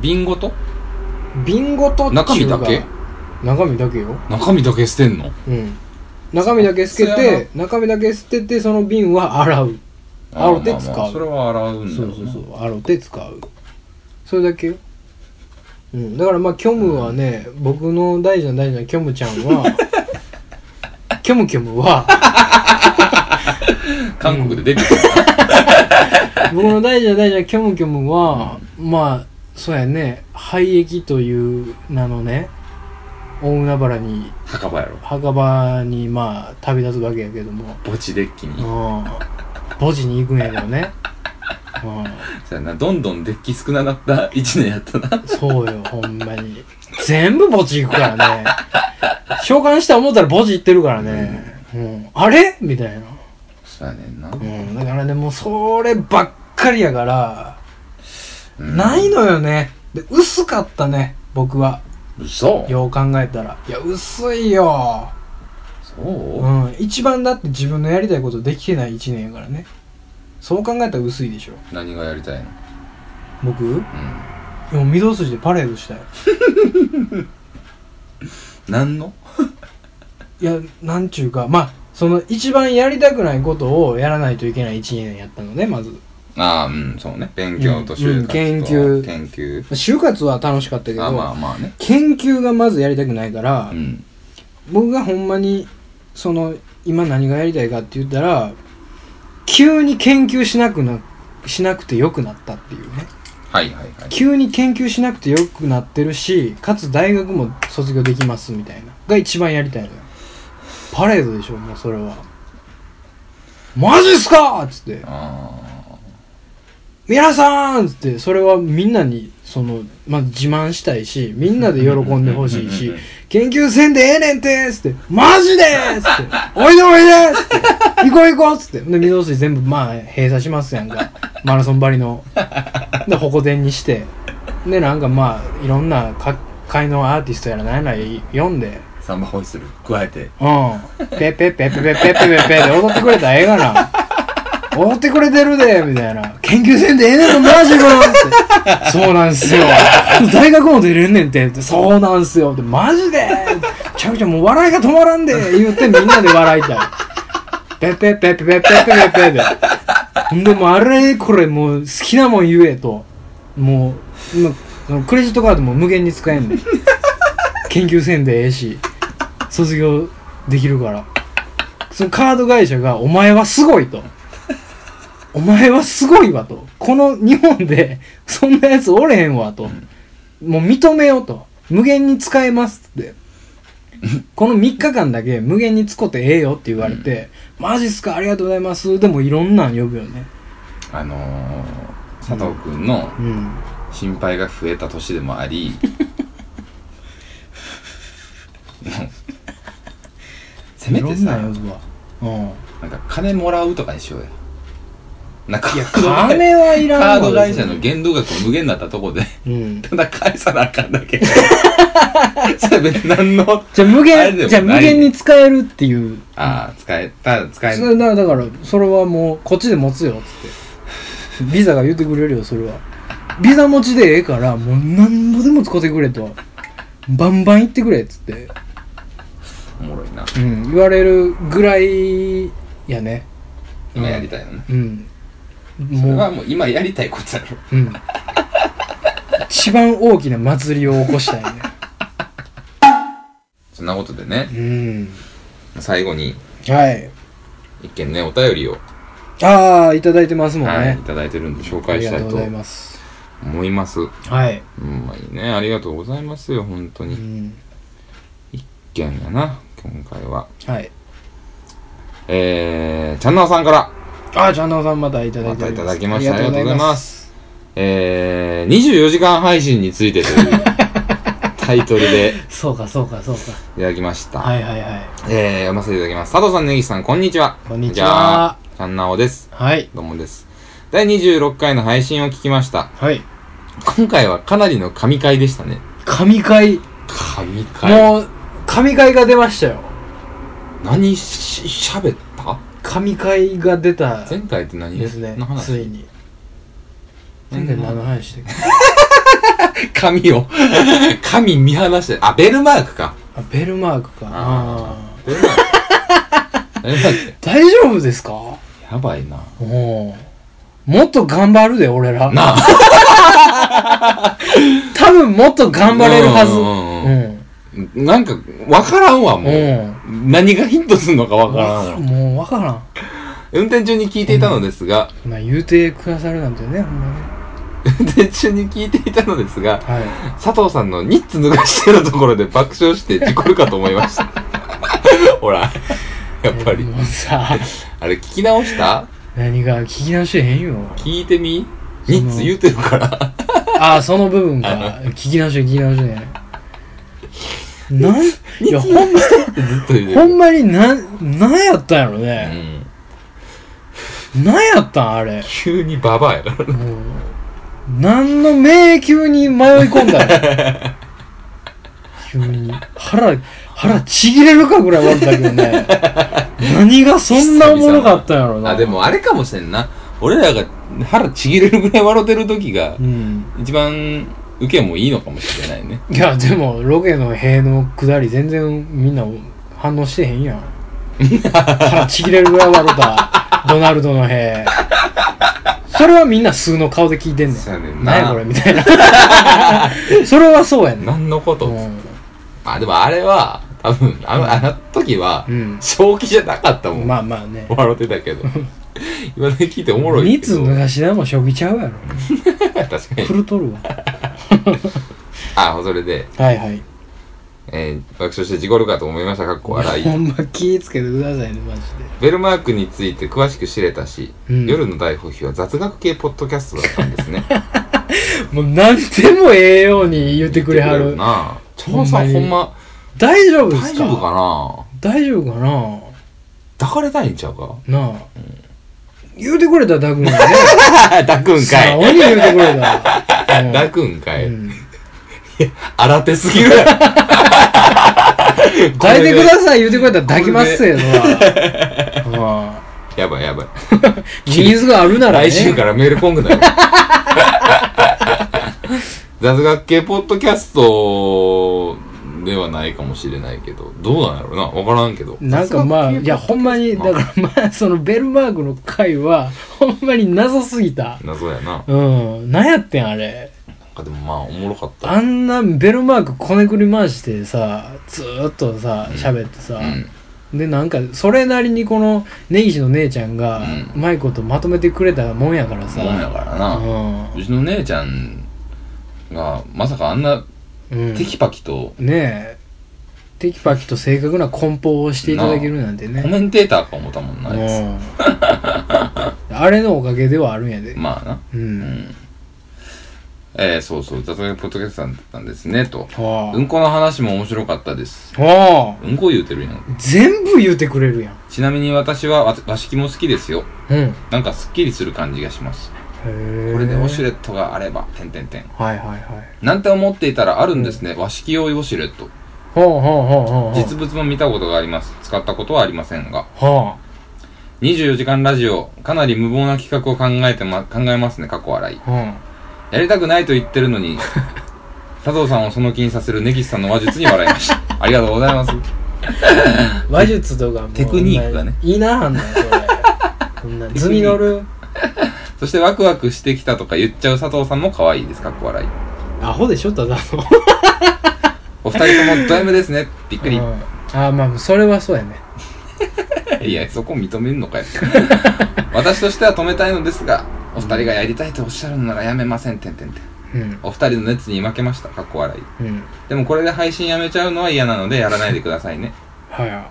S2: 瓶ごと
S1: 瓶ごと
S2: 中身だけ
S1: 中身だけよ
S2: 中身だけ捨てんの
S1: うん中身だけ捨て
S2: そや
S1: て中身だけ捨ててその瓶は洗う洗うて
S2: あーまあま
S1: 使
S2: あ
S1: う
S2: それは洗うんだ
S1: そ
S2: ろ
S1: うそうそうう洗うて使うそれだけよ、うん、だからまあ虚無はね、僕の大事な大事な虚無ちゃんは虚無虚無は
S2: な韓国で出てきた
S1: 僕の大事な大事な虚無虚無は、まあそうやね廃液という名のね大海原に
S2: 墓場やろ
S1: 墓場にまあ旅立つわけやけども
S2: 墓地デッキ
S1: う
S2: に
S1: ん墓地に行くんやけどねうん
S2: そやなどんどんデッキ少ななった一年やったな
S1: そうよ、ほんまに。全部墓地行くからね。召喚した思ったら墓地行ってるからね。うん。あれみたいな。
S2: そやねんな、
S1: うん。だからね、もうそればっかりやから、
S2: うん
S1: ないのよね。で、薄かったね、僕は。
S2: 嘘
S1: よう考えたら。いや、薄いよ。
S2: そう、
S1: うん。一番だって自分のやりたいことできてない一年やからね。そう考えたら薄いでしょ。
S2: 何がやりたいの
S1: 僕
S2: う
S1: でも御堂筋でパレードしたよ。
S2: ん何の
S1: いやなんちゅうかまあその一番やりたくないことをやらないといけない1年やったのねまず
S2: ああうんそうね勉強と就活と
S1: うんうん研究
S2: 研究
S1: 就活は楽しかったけど、
S2: あまあまあね
S1: 研究がまずやりたくないから、
S2: うん
S1: 僕がほんまにその今何がやりたいかって言ったら急に研究しなくなしなくてよくなったっていうね
S2: はいはいはい
S1: 急に研究しなくてよくなってるしかつ大学も卒業できますみたいなが一番やりたいのよパレードでしょもうそれはマジっすかっつって
S2: あ
S1: 皆さんっつってそれはみんなにその、まあ、自慢したいしみんなで喜んでほしい
S2: うん
S1: し
S2: うんうん
S1: 研究せんでええねんてっつってマジでっつっておいでおいでっつって行こう行こうっつってで御堂筋全部まあ閉鎖しますやんかマラソンばりので鉾伝にしてでなんかまあいろんな各界のアーティストやら何やら読んで
S2: あサンバホイッスル加えて
S1: うん。ペッペッペッペッペッペッペッペッペッで踊ってくれたらええがな。踊ってくれてるで、みたいな。研究せんでええねんの、マジかって。そうなんすよ。大学も出れんねんて。ってそうなんすよ。ってマジでめちゃくちゃもう笑いが止まらんで言ってみんなで笑いたい。ペッペッペッペッペッペッペッペッペッで。ほんでもうあれこれもう好きなもん言えともう今そのクレジットカードも無限に使えんねん研究せんでええし卒業できるからそのカード会社が「お前はすごい」と「お前はすごいわ」と「この日本でそんなやつおれへんわ」と「もう認めよ」と「無限に使えます」ってこの3日間だけ無限に使ってええよって言われて「マジっすかありがとうございます」でもいろんなん呼ぶよね
S2: あのー、佐藤君の
S1: うん
S2: 心配が増えた年でもありもうせめ
S1: いろ
S2: て
S1: んな
S2: さ
S1: ん呼ぶわうん
S2: なんか金もらうとかにしようよなんか
S1: いや金はいらん
S2: カ
S1: わ
S2: ード会社の限度額無限になったとこで
S1: うん
S2: ただ返さなあかんだけそれ別に何の
S1: じゃあ無
S2: あれでもな
S1: 限
S2: い
S1: じゃあ無限に使えるっていう
S2: ああ使えただ使え
S1: それだだからそれはもうこっちで持つよっつってビザが言ってくれるよそれはビザ持ちでええからもう何ぼでも使ってくれとバンバン行ってくれっつって、
S2: おもろいな
S1: うん、言われるぐらいやね
S2: 今やりたいのね
S1: うん
S2: それ
S1: も
S2: は
S1: う、
S2: もう今やりたいことやろ
S1: うん、一番大きな祭りを起こしたい ね
S2: そんなことでね
S1: うん
S2: 最後に
S1: はい
S2: 一件ねお便りを、
S1: ああいただいてますもんね、
S2: はい、いただいてるんで紹
S1: あ
S2: 介
S1: り
S2: し
S1: が
S2: た
S1: と
S2: いうと
S1: ございます
S2: 思いますう
S1: はい、
S2: まいねありがとうございますよ本当
S1: う
S2: に
S1: ん、
S2: 一件やな今回は
S1: はい
S2: えー、チャンナオさんから
S1: ああ、ちゃんなおさんまたいただいてお
S2: また
S1: り
S2: い
S1: ます
S2: ただきました
S1: す。
S2: えー、24時間配信についてというタイトルで
S1: そうか、そうか、そうか。
S2: いただきま した、
S1: はいはいはい。
S2: えー、読ませていただきます。佐藤さん、根岸さん、こんにちは。
S1: こんにち
S2: じゃあ
S1: は。。
S2: ちゃんなおです。
S1: はい。
S2: どうもです。第26回の配信を聞きました。
S1: はい。
S2: 今回はかなりの神回でしたね。
S1: 神回、
S2: 神回
S1: もう、神回が出ましたよ。
S2: 何し、喋った
S1: 神回が出た
S2: 前回って何
S1: ですね
S2: の。
S1: つ
S2: 話
S1: いに。前回何の話して
S2: 神を、 神見放して、あ、ベルマークか。
S1: あ、ベルマークか。
S2: あ
S1: あー
S2: ベルマーク。ベルマークって
S1: 大丈夫ですか
S2: やばいな。
S1: おーもっと頑張るで、俺ら。
S2: なあ。
S1: 多分もっと頑張れるはず。
S2: う
S1: うん。
S2: うんなんか、わからんわ、もう。
S1: う
S2: 何がヒントすんのかわからんわ
S1: ん。。もうわからん。
S2: 運転中に聞いていたのですが、
S1: まあ言うてくださるなんてね、ほんまね。
S2: 運転中に聞いていたのですが、
S1: はい。
S2: 佐藤さんのニッツ脱がしてるところで爆笑して事故るかと思 いました。ほら、やっぱり。
S1: もうさ、
S2: あれ聞き直した
S1: 何が聞き直してへんよ。
S2: 聞いてみ
S1: その
S2: ニッツ言うてるから。
S1: ああ、その部分か。聞き直して、聞き直してね。なん、い
S2: ニッ
S1: や、
S2: ツ
S1: ほんま、
S2: ずっと言うて
S1: ほ
S2: る。
S1: んまになん、なんやったんやろ
S2: う
S1: ね。
S2: ん。
S1: なんやったんあれ。
S2: 急にババアやから。
S1: もう、何の迷宮に迷い込んだの 急に。腹、腹ちぎれるかぐらい悪かったけどね。何がそんなおもろかったんやろな。
S2: あ、で。もあれかもしれんな。俺らが腹ちぎれるぐらい笑ってる時が
S1: う、ん。
S2: 一番受けもいいのかもしれないね。
S1: いや、でも、ロケの塀の下り、全然みんな反応してへんやん。腹ちぎれるぐらい笑った、ドナルドの塀。それはみんな数の顔で聞いてんね
S2: そうやねん
S1: ん。
S2: な
S1: 何やこれみたいな。それはそうやんな。
S2: 何のこと
S1: う
S2: っつって
S1: ん。
S2: あ、でもあれは、多分、あの、あの時は
S1: う、ん
S2: 正気じゃなかったもん。
S1: まあまあね。
S2: 笑ってた けど。今で聞いておもろいけ
S1: 密
S2: ど。
S1: 脱がしでも将棋ちゃうやろ。
S2: 確かに。
S1: 狂っとるわ。
S2: あ、それで、
S1: はいはい。
S2: えー爆笑して事故るかと思いました。かっこ笑い
S1: ほ。んま気ぃつけてくださいね、マジ
S2: ベルマークについて詳しく知れたし、
S1: うん
S2: 夜の大放棄は雑学系ポッドキャストだったんですね。
S1: で。もう何でもええように 言ってくれは
S2: 言って
S1: る。
S2: な長さん
S1: ほん
S2: ほんま、
S1: 大丈夫です
S2: 大
S1: か
S2: 丈夫かな
S1: 大丈夫かな
S2: 抱かれたいんちゃ うか
S1: なあ、言うてくれたらダクンが ね
S2: 抱くん
S1: 素
S2: か
S1: 直
S2: い。
S1: に言うてく れたらうん
S2: 抱くんか
S1: う
S2: い。
S1: ん
S2: 荒手すぎるやろ
S1: 抱いてください言うてくれたら抱きますせえの はうん
S2: やばいやばい。
S1: ニーズがあるならね
S2: 来週からメールコングだよ。 雑学系ポッドキャストではないかもしれないけど、どうなんやろうなわからんけど。
S1: なんかまあ
S2: 雑学系
S1: いやほんまにだからまあそのベルマークの回はほんまに謎すぎた。
S2: 謎やな。
S1: うん。なんやってん、あれ。
S2: なんかでもまあ、おもろかった。
S1: あんなベルマークこねくり回してさ、ずーっとさ、
S2: うん
S1: 喋ってさ、
S2: うん。
S1: で、なんか、それなりにこの、根岸の姉ちゃんが
S2: うん、
S1: うまいことまとめてくれたもんやからさ。
S2: もんやからな。うちの姉ちゃんが、まさかあんな
S1: うん。うん
S2: テキパキと、
S1: ねえテキパキと正確な梱包をしていただけるなんてね
S2: コメンテーターか思ったもんな、あいつ
S1: うんあれのおかげではあるんやで、
S2: まあな。
S1: う
S2: うんん。えー、そうそう。雑談ポッドキャストだったんですね、と。
S1: はあ、
S2: うんこの話も面白かったです。
S1: はあ
S2: うんこ言うてるやん。
S1: 全部言うてくれるやん
S2: ちなみに私はわ和式も好きですよ。
S1: うんへ
S2: なんかすっきりする感じがします。
S1: え
S2: これでウォシュ
S1: い
S2: レットがあれば、てんてんてん。
S1: はいはいはい
S2: なんて思っていたらあるんですね。和式用ウォシュレット。
S1: ほうほうほうほう
S2: 実物も見たことがあります。使ったことはありませんが。
S1: は
S2: 24時間ラジオ、かなり無謀な企画を考えてま、考えますね、過去笑い。
S1: あ、うん、
S2: やりたくないと言ってる のに、佐藤さんをその気にさせる根岸さんの話術に笑い ました。ありがとうございます。
S1: 話術とかも
S2: テクニックがね
S1: いいなあんなんそれこ んなん図に乗る
S2: そしてワクワクしてきたとか言っちゃう佐藤さんも可愛いです、かっこ笑い。
S1: アホでしょただの
S2: お二人ともド M ですね、びっくり
S1: う。んああまあそれはそうやね
S2: いや、そこ認めんのかよ。 私としては止めたいのですが、お二人がやりたいとおっしゃるのならやめません、てんてんてん。
S1: うん
S2: お二人の熱に負けました、かっこ笑い。
S1: うん
S2: でもこれで配信やめちゃうのは嫌なのでやらないでくださいね。
S1: はいは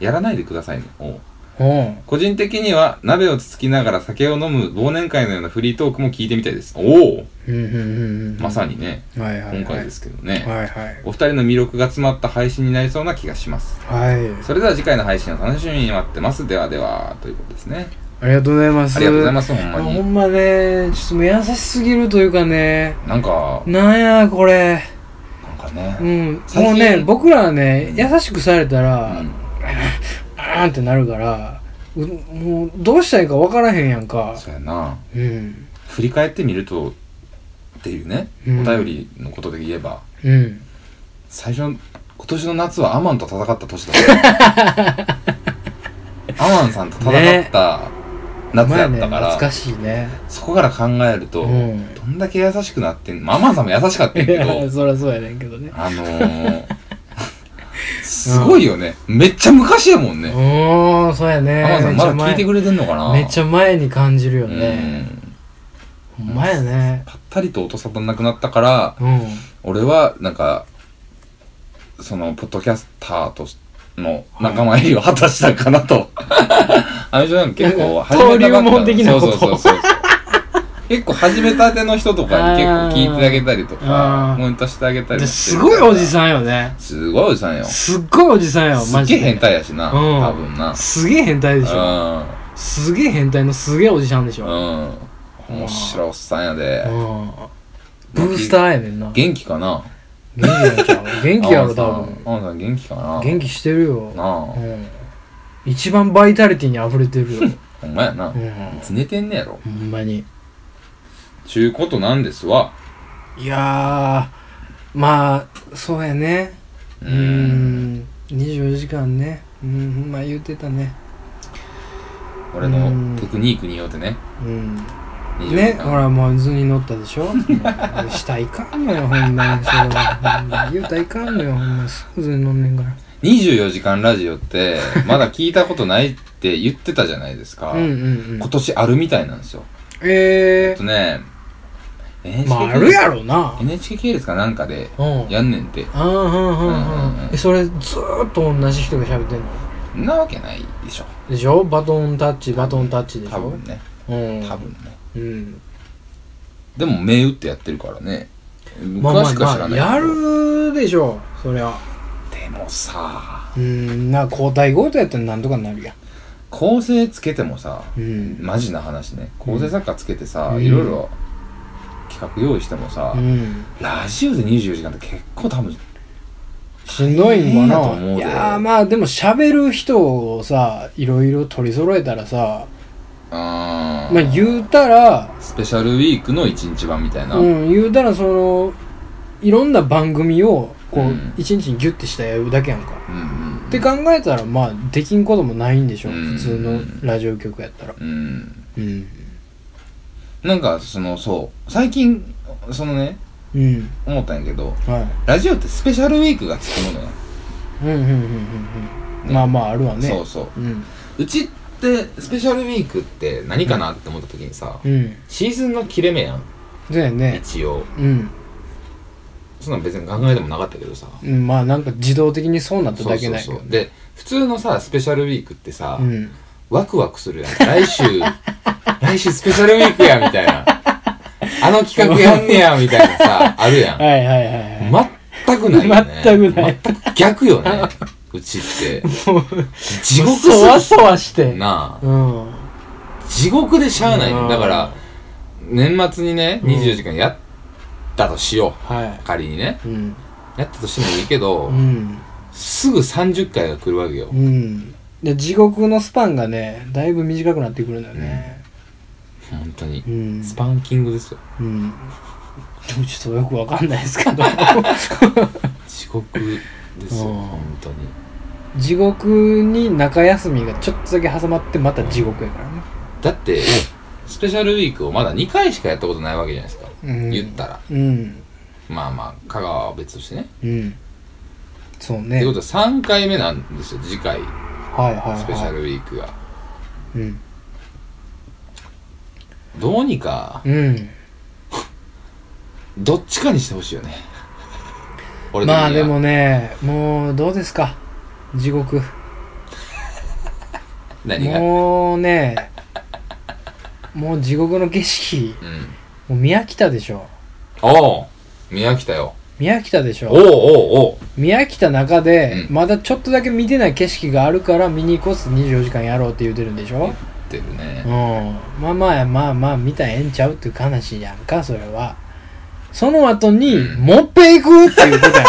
S1: い
S2: やらないでくださいね。おう
S1: うん
S2: 個人的には鍋をつつきながら酒を飲む忘年会のようなフリートークも聞いてみたいです。おお
S1: うんうんうんうん
S2: まさにね、
S1: はいはいはい、
S2: 今回ですけどね。
S1: はいはい
S2: お二人の魅力が詰まった配信になりそうな気がします。
S1: はい
S2: それでは次回の配信を楽しみに待ってます。ではでは、ということですね。
S1: ありがとうございます
S2: ありがとうござい
S1: ま
S2: ます、ほんま
S1: ほ
S2: に。
S1: んまねちょっともう優しすぎるというかね
S2: なんか、
S1: なんやこれ
S2: なんか
S1: う
S2: ね、
S1: ん
S2: 最
S1: もう
S2: 近
S1: ね僕らはね
S2: うん
S1: 優しくされた
S2: う
S1: ら、
S2: ん、
S1: あーんってなるからうもうどうしたらいいか分からへんやんか
S2: そうやな。
S1: うん
S2: 振り返ってみると、っていうね、
S1: うん
S2: お便りのことで言えば、
S1: うん
S2: 最初の今年の夏はアマンと戦った年だ ったアマンさんと戦った夏
S1: 前
S2: やっ
S1: ね
S2: たから、
S1: 懐かしいね
S2: そこから考えると、
S1: うん
S2: どんだけ優しくなってんの、まあ、アマンさんも優しかったんや
S1: い
S2: け
S1: や
S2: ど
S1: そりゃそうやねんけどね
S2: あのー、すごいよね、めっちゃ昔やもんね、
S1: おーそうやね
S2: アマンさん
S1: めっちゃ
S2: まだ聞いてくれてんのかな
S1: 前めっち
S2: ゃ
S1: ゃ前に感じるよ
S2: う
S1: ね
S2: ん
S1: ほんまやね
S2: ぱったりと音沙汰なくなったから
S1: うん
S2: 俺はなんかそのポッドキャスターとしの仲間入りを果たしたかなとあれじゃん結構
S1: なんか登竜門的なこと
S2: そうそうそうそう結構始めたての人とかに結構聞いてあげたりと
S1: あ
S2: か
S1: ー
S2: モニターしてあげたりして
S1: す
S2: る
S1: ごいおじ
S2: ん
S1: さんよね。
S2: すごいおじさんよす
S1: すっごいおじさんよ、マ
S2: っげ
S1: ジ
S2: え
S1: で。
S2: 変態やしな
S1: うん
S2: 多分な
S1: すげえ変態でしょ。
S2: う
S1: すげえ変態のすげえおじさんでしょ。
S2: んうん面白いおっさんやで
S1: うんブースターやねんな。元
S2: 元気かな
S1: 気やろちゃう、元気やろ、多分。
S2: あんさん元気かな
S1: 元気してるよ。
S2: なあ
S1: うん一番バイタリティに溢れてるよ。
S2: ほんまやな
S1: うん
S2: つねてんねやろ
S1: ほんまに。
S2: ちゅうことなんですわ。
S1: いやー、まあ、そうやね。うーん。24時間ね。うん、まあ言ってたね。
S2: 俺
S1: うん
S2: のテクニックによってね。
S1: うん。
S2: 24
S1: ね
S2: 時、間
S1: ほらもう図に乗ったでしょしたらいかんのよほんまにそれはほんまに言うたらいかんのよほんまにすぐ図に乗んねんか
S2: 24時間ラジオって、まだ聞いたことないって言ってたじゃないですか。
S1: らうんうんう
S2: 今
S1: ん
S2: 年あるみたいなんですよ。え
S1: え
S2: っとね、
S1: え
S2: NHK
S1: まああるやろな
S2: NHK 系列かなんかで
S1: うんあ
S2: やんねんて。
S1: あうんうん
S2: うん
S1: う
S2: うんん
S1: えそれずーっと同じ人が喋ってんの
S2: んなわけないでしょ。
S1: でしょバトンタッチバトンタッチでし
S2: 多
S1: ょ
S2: 分ね。
S1: うん
S2: 多分ね。
S1: うん
S2: でも、銘打ってやってるからね。
S1: まあま
S2: 詳
S1: あ
S2: しくは知らない
S1: ま
S2: け
S1: あ
S2: ど。
S1: やるでしょそりゃ
S2: でもさ、
S1: うんな交代交代やったらなんとかなるやん
S2: 構成つけてもさ、
S1: うん
S2: マジな話ね構成作家つけてさ、
S1: うん
S2: いろいろ企画用意してもさ、
S1: うん
S2: ラジオで24時間って結構多分
S1: しんどいんか
S2: 大変やと
S1: な
S2: 思
S1: いう
S2: で
S1: やーまあでも喋る人をさいろいろ取り揃えたらさ
S2: あ
S1: まあ言うたら
S2: スペシャルウィークの1日版みたいな、
S1: うん言うたらそのいろんな番組をこ
S2: う
S1: うん一日にギュッてしたやるだけやんか
S2: うんうん
S1: って考えたらまあできんこともないんでしょ
S2: うん
S1: 普通のラジオ局やったら
S2: うん
S1: うん
S2: なんかそのそう最近そのね
S1: うん
S2: 思ったんやけど
S1: はい
S2: ラジオってスペシャルウィークがつくものや、
S1: うんうんうんうんうん、まあまああるわね
S2: そうそう
S1: うん
S2: ううちってスペシャルウィークって何かなって思った時にさ、
S1: うん
S2: シーズンの切れ目やん
S1: そうやね
S2: 一応
S1: うん、
S2: そんなん別に考えてもなかったけどさ
S1: うん、まあなんか自動的にそうなった
S2: そう
S1: だけ
S2: そう
S1: ないけ
S2: そ
S1: ど
S2: うで普通のさスペシャルウィークってさ、
S1: うん
S2: ワクワクするやん来週 来週スペシャルウィークやみたいなあの企画やんねやみたいなさあるやん
S1: はいはいはいはい
S2: 全くないよね
S1: 全くない
S2: 全く逆よねうちって
S1: もう
S2: 地獄
S1: そわ
S2: す
S1: そわして
S2: るなあ
S1: うん
S2: 地獄でしゃあない
S1: うん
S2: よだから年末にね
S1: うん
S2: 24時間やったとしよ
S1: は
S2: う仮にね
S1: いうん
S2: やったとしてもいいけど、
S1: うん
S2: すぐ30回が来るわけよ
S1: うんで地獄のスパンがねだいぶ短くなってくるんだよね
S2: 本当に
S1: うん
S2: スパンキングですよ
S1: うんでもちょっとよくわかんないですけど
S2: 地獄ですよ
S1: うん
S2: 本当に
S1: 地獄に中休みがちょっとだけ挟まってまた地獄やからね
S2: だってスペシャルウィークをまだ2回しかやったことないわけじゃないですか、
S1: うん
S2: 言ったら
S1: うん
S2: まあまあ香川は別としてね
S1: うんそう
S2: っ
S1: ね
S2: てことは3回目なんですよ次回
S1: はいはいはい
S2: スペシャルウィークが
S1: うん
S2: どうにか
S1: うん
S2: どっちかにしてほしいよね俺的には
S1: まあでもねもうどうですか地獄
S2: 何が
S1: もうねもう地獄の景色
S2: うん
S1: もう見飽きたでしょ
S2: おお見飽きたよ
S1: 見飽きたでし
S2: おう
S1: ょ
S2: おうおう
S1: 見飽きた中で、
S2: うん
S1: まだちょっとだけ見てない景色があるから見に行こうっつって24時間やろうって言うてるんでしょ
S2: 言ってる
S1: うん
S2: ね
S1: まあまあまあまあ見たらええんちゃうっていう話やんかそれはその後に、
S2: うん
S1: もっぺ行くっていうことやん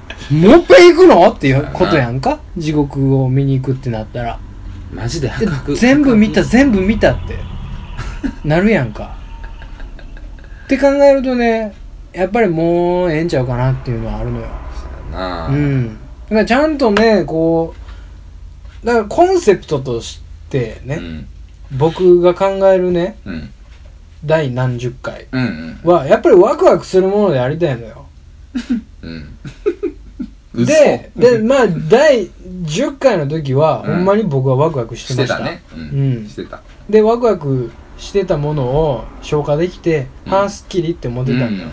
S1: かもっぺ行くのっていうことやんか地獄を見に行くってなったら
S2: マジで
S1: で
S2: 破格
S1: 全部見た
S2: 破
S1: 全部見たってなるやんかって考えるとねやっぱりもうええんちゃうかなっていうのはあるのよ
S2: 格だなあ
S1: うんだからちゃんとねこうだからコンセプトとして
S2: う
S1: ね、
S2: ん
S1: 僕が考えるね
S2: うん
S1: 第何十回
S2: うんうん
S1: はやっぱりワクワクするものでありたいのよ
S2: うん嘘
S1: で でまあ第10回の時は、
S2: うん
S1: ほんまに僕はワクワクして
S2: し
S1: ま
S2: て
S1: した
S2: たねう
S1: うん
S2: んしてた
S1: でワクワクしてたものを消化できて
S2: うん
S1: 半すっきりって思ってたんだよ、
S2: うん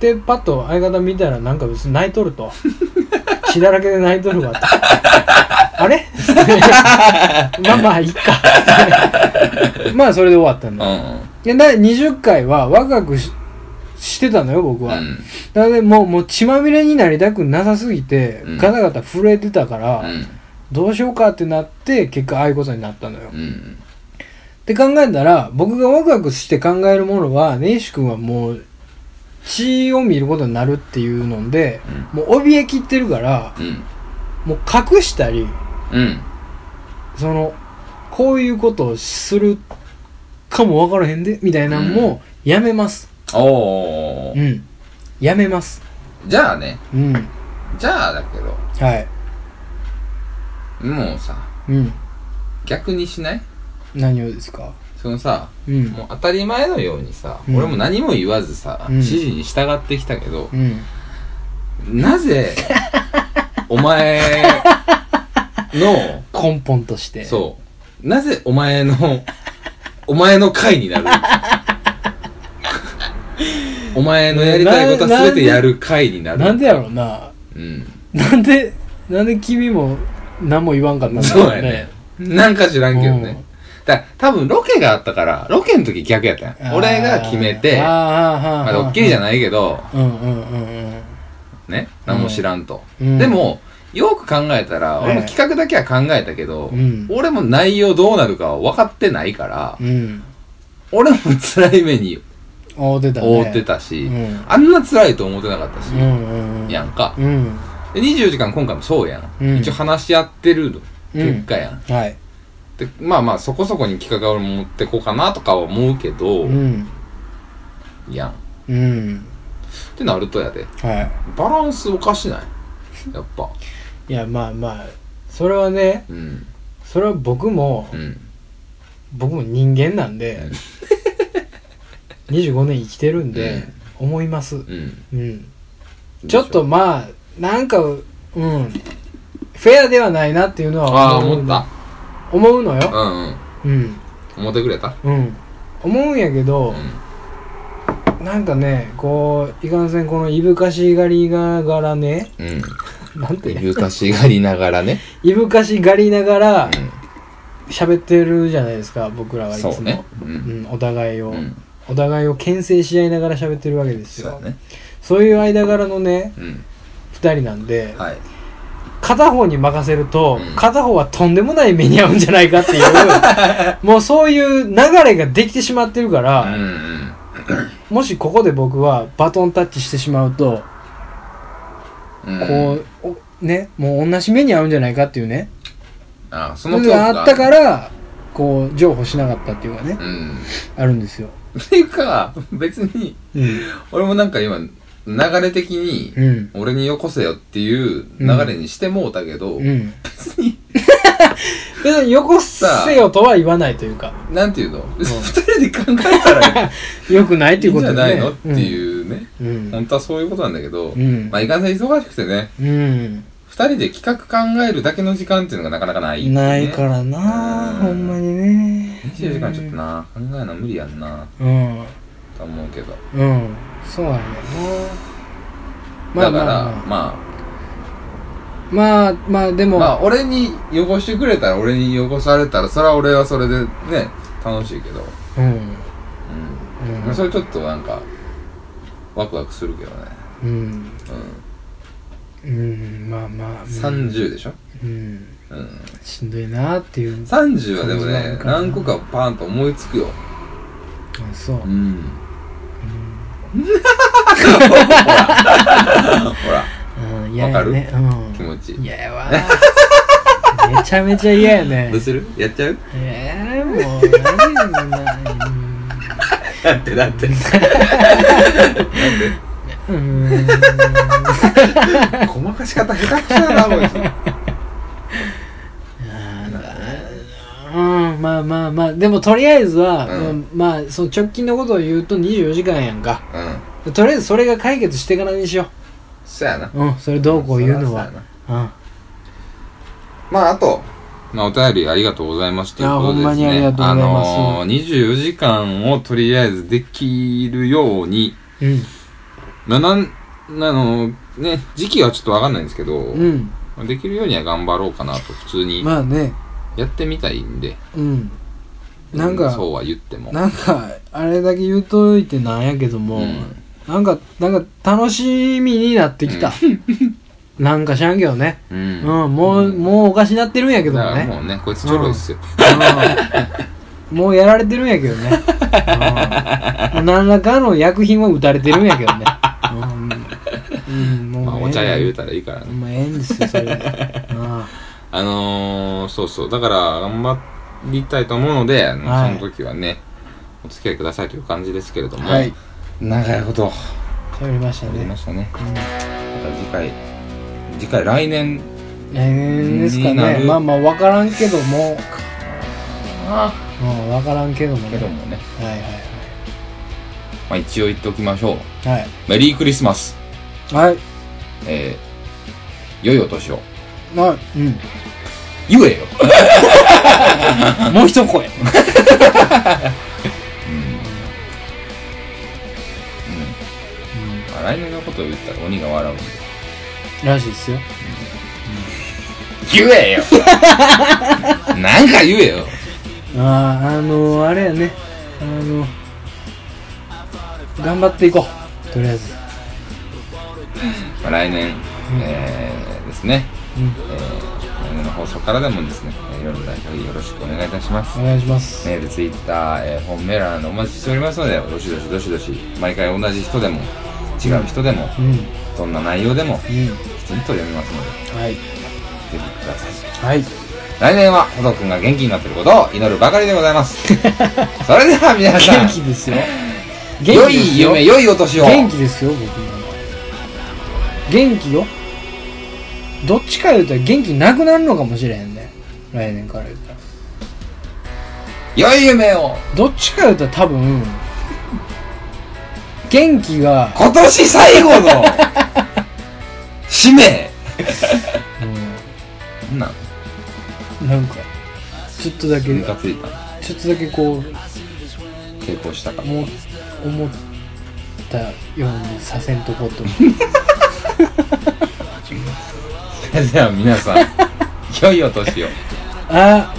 S1: でパッと相方見たらなんか別に泣いとる と血だらけで泣いとるわとあれ まあまあいっ か まあそれで終わったん
S2: う
S1: だ、
S2: ん
S1: で第20回はワクワクししてたのよ僕
S2: う
S1: は、
S2: ん
S1: だからもうもう血まみれになりたくなさすぎて、
S2: うん
S1: ガタガタ震えてたから、
S2: うん
S1: どうしようかってなって結果ああいうことになったのよ、
S2: うん
S1: って考えたら僕がワクワクして考えるものは根岸君はもう血を見ることになるっていうのでもう怯えきってるから
S2: うん
S1: もう隠したり
S2: うん
S1: そのこういうことをするかも分からへんでみたいなのもやめます
S2: おお
S1: うん、やめます
S2: じゃあね
S1: うんは
S2: じゃあだけど
S1: い
S2: もうさ
S1: うん
S2: 逆にしない
S1: 何をですか
S2: そのさ
S1: うん
S2: もう当たり前のようにさ、
S1: うん
S2: 俺も何も言わずさ、
S1: うん
S2: 指示に従ってきたけど
S1: う、ん
S2: なぜお前の
S1: 根本として
S2: そうなぜお前のお前の回にな るお前のやりたいことは全てやる回になる
S1: なんでやろうな
S2: うん
S1: なんでなんで君も何も言わんかったんだろ
S2: そうやねなんか知らんけどね。だから多分ロケがあったから、ロケの時逆やったんや俺が決めて、まあ
S1: ま
S2: ドッキリじゃ
S1: ない
S2: ないけど、
S1: うんうんうん
S2: ね、何も知らんと。
S1: うん
S2: でも、よく考えたら、
S1: ええ
S2: 俺も企画だけは考えたけど、
S1: うん
S2: 俺も内容どうなるかは分かってないから、
S1: うん
S2: 俺も辛い目に
S1: 大手だね
S2: 覆ってたし、
S1: うん
S2: あんな辛いと思ってなかったし
S1: う、んうんうん
S2: やんか。
S1: うん
S2: で24時間今回もそうやん。
S1: うん
S2: 一応話し合ってるの
S1: うん
S2: 結果やん。
S1: はい
S2: でまあまあそこそこに企画を持ってこうかなとかは思うけど、
S1: うん
S2: や
S1: う
S2: ん。
S1: ん
S2: ってなるとやで
S1: は
S2: バランスおかしないやっぱ
S1: いいやまあまあそれはね
S2: うん
S1: それは僕も
S2: うん
S1: 僕も人間なんで、25年生 きてるんで、思います。
S2: うん
S1: うん。ちょっとまあ、なんか、うん。フェアではないなっていうの
S2: ああ
S1: は
S2: 思った
S1: 思うのよ。
S2: うんうん
S1: うん。
S2: 思ってくれた
S1: うん。思うんやけ
S2: う
S1: ど
S2: ん、
S1: なんかね、こう、いかんせんこのいぶかし狩りながらね、
S2: うん
S1: なんて
S2: い
S1: 言う
S2: ぶかしがりながらね
S1: いぶかし狩りながら
S2: う
S1: 喋ってるじゃないですか、僕ら
S2: ん
S1: はいつ
S2: そ
S1: も。
S2: うねう
S1: うんん、お互いを、
S2: うん
S1: お互いを牽制し合いながら喋ってるわけです
S2: そう
S1: よ。
S2: だね
S1: そういう間柄のね、
S2: うん
S1: 二人なんで、
S2: はい
S1: 片方に任せると、
S2: うん
S1: 片方はとんでもない目に遭うんじゃないかっていう、 もうそういう流れができてしまってるか
S2: う
S1: ら、
S2: んうん
S1: もしここで僕はバトンタッチしてしまうと、
S2: うん
S1: こう、おね、もう同じ目に遭うんじゃないかっていうね、
S2: あそ
S1: そ
S2: の
S1: れ
S2: 恐怖
S1: があったから、こう、譲歩しなかったっていうかね、
S2: うん
S1: あるんですよ。
S2: っていうか別に
S1: うん。
S2: 俺もなんか今流れ的に
S1: うん。
S2: 俺によこせよっていう流れにしてもうたけど、
S1: うん。
S2: 別に
S1: 別によこせよとは言わないというか、
S2: なんていうの、二人で考えたら
S1: よくないっ
S2: い
S1: て
S2: い
S1: いうんこ
S2: じ
S1: と
S2: ゃ
S1: よね
S2: ないの、っていうね、
S1: うん。
S2: 本当はそういうことなんだけど、
S1: うん
S2: まあいかんせん忙しくてね
S1: うん。うん。
S2: 二人で企画考えるだけの時間っていうのがなかなかない、ね、
S1: ないからな、
S2: うん
S1: ほんまにね
S2: 24時間ちょっとな考えるの無理やんな
S1: うん
S2: と思うけど
S1: うんそうなんだよな
S2: だから、
S1: まあ
S2: ま
S1: まあまあまあで
S2: あ、
S1: も、
S2: まあ、俺に汚してくれたら、俺に汚されたら、それは俺はそれでね、楽しいけど。
S1: うん
S2: う
S1: うん
S2: ん。それちょっとなんか、ワクワクするけどね。
S1: うん、う
S2: う
S1: ん、まあまあ
S2: ん。30でしょ
S1: うん
S2: うん。
S1: しんどいなっていう
S2: 30はでもね、
S1: 30
S2: 何個かパーンと思いつくよ。
S1: あそう、うん
S2: ん。ほら、
S1: うん、嫌やね
S2: 気持ち
S1: うん。嫌やわめちゃめちゃ嫌やね
S2: どうするやっちゃう
S1: えー、もう何な
S2: だってだ って。
S1: うんうん
S2: ごまかし方下手くそやな、こいつ。
S1: うんまあまあまあでもとりあえずは、
S2: うん
S1: うんまあその直近のことを言うと24時間やんか
S2: うん。
S1: とりあえずそれが解決してからにしよ
S2: そやな。
S1: ううんそれどうこう言うのは
S2: そらそうやな
S1: うん
S2: まあ、あと、まあ、お便りありがとうございました。
S1: いや
S2: ということでですね
S1: ほんまにありがとうございます
S2: あのー、24時間をとりあえずできるように、
S1: うん
S2: まあ、なん、あのー、ね、時期はちょっとわかんないんですけど、
S1: うん
S2: まあできるようには頑張ろうかなと、普通に
S1: まあね
S2: やってみたいんで、
S1: うんなん
S2: う
S1: か
S2: そうは言っても。
S1: なんかあれだけ言うといてなんやけども、
S2: うん
S1: なんかなんか楽しみになってきた、なんか知らんけどね
S2: う
S1: うんん、もう、もうおかしなってるんやけ
S2: だ
S1: ど
S2: か
S1: も
S2: ら
S1: ね
S2: もうね、こいつちょろいっすよ。
S1: うんもうやられてるんやけどね。うん、何らかの薬品は打たれてるんやけどね。うんうん、もう
S2: まあ、お茶屋言う
S1: て。
S2: たらいいからね。
S1: まあ、ええんですよ、それ で。あ
S2: あのー、そうそう。だから、頑張りたいと思うので、あの
S1: はい
S2: その時はね、お付き合いくださいという感じですけれど
S1: あ
S2: も、
S1: はい。
S2: 長いこと、
S1: 頼りました
S2: やりま
S1: ね。
S2: したね。また次回、次回来年、
S1: 来年ですか
S2: にな
S1: ね。
S2: る
S1: まあまあ、わからんけども。
S2: あ
S1: うん、わからんけども
S2: け
S1: ね。
S2: どもね、
S1: はいはい
S2: まあ一応言っておきましょう。
S1: はい。
S2: メリークリスマス。
S1: はい。
S2: えー、良いお年を。
S1: はい。うん。
S2: 言えよ
S1: もう一声。
S2: まあ来年のことを言ったら鬼が笑うんで。
S1: らしいですよ。
S2: 言 えよなんか言えよ
S1: ああ、あのあれやね。あの頑張っていこう。とりあえず。
S2: まあ来年、えー、ですね。
S1: うん。
S2: えー、来年の放送からでもですね、えーいろいろ代表よろしくお願いいたします
S1: お。願いします。
S2: メール、ツイッター、えー、本メール欄お待ちしておりますので、どしどしどしどし、毎回同じ人でも、違う人でも、
S1: うん。うん。
S2: どんな内容でも、きちんと読みますので、
S1: はい。
S2: ぜひくださ
S1: は
S2: い。
S1: い。
S2: 来年は、ほどくんが元気になっていることを祈るばかりでござ います。それでは皆さん
S1: 元、気ですよ。
S2: 良い夢、良いお年を。
S1: 元気ですよ、僕今の。元気よ。どっちか言うたら元気なくなるのかもしれへんね。来年から言うたら。
S2: 良い夢を
S1: どっちか言うと多分元気が、
S2: 今年最後の使命なん
S1: うん、なんかちょっとだけ
S2: ムカついたの
S1: ちょっとだけこう
S2: 抵抗したから
S1: 思思ったようにさせんとこうと思
S2: じゃあ皆さん良いお年を
S1: うあ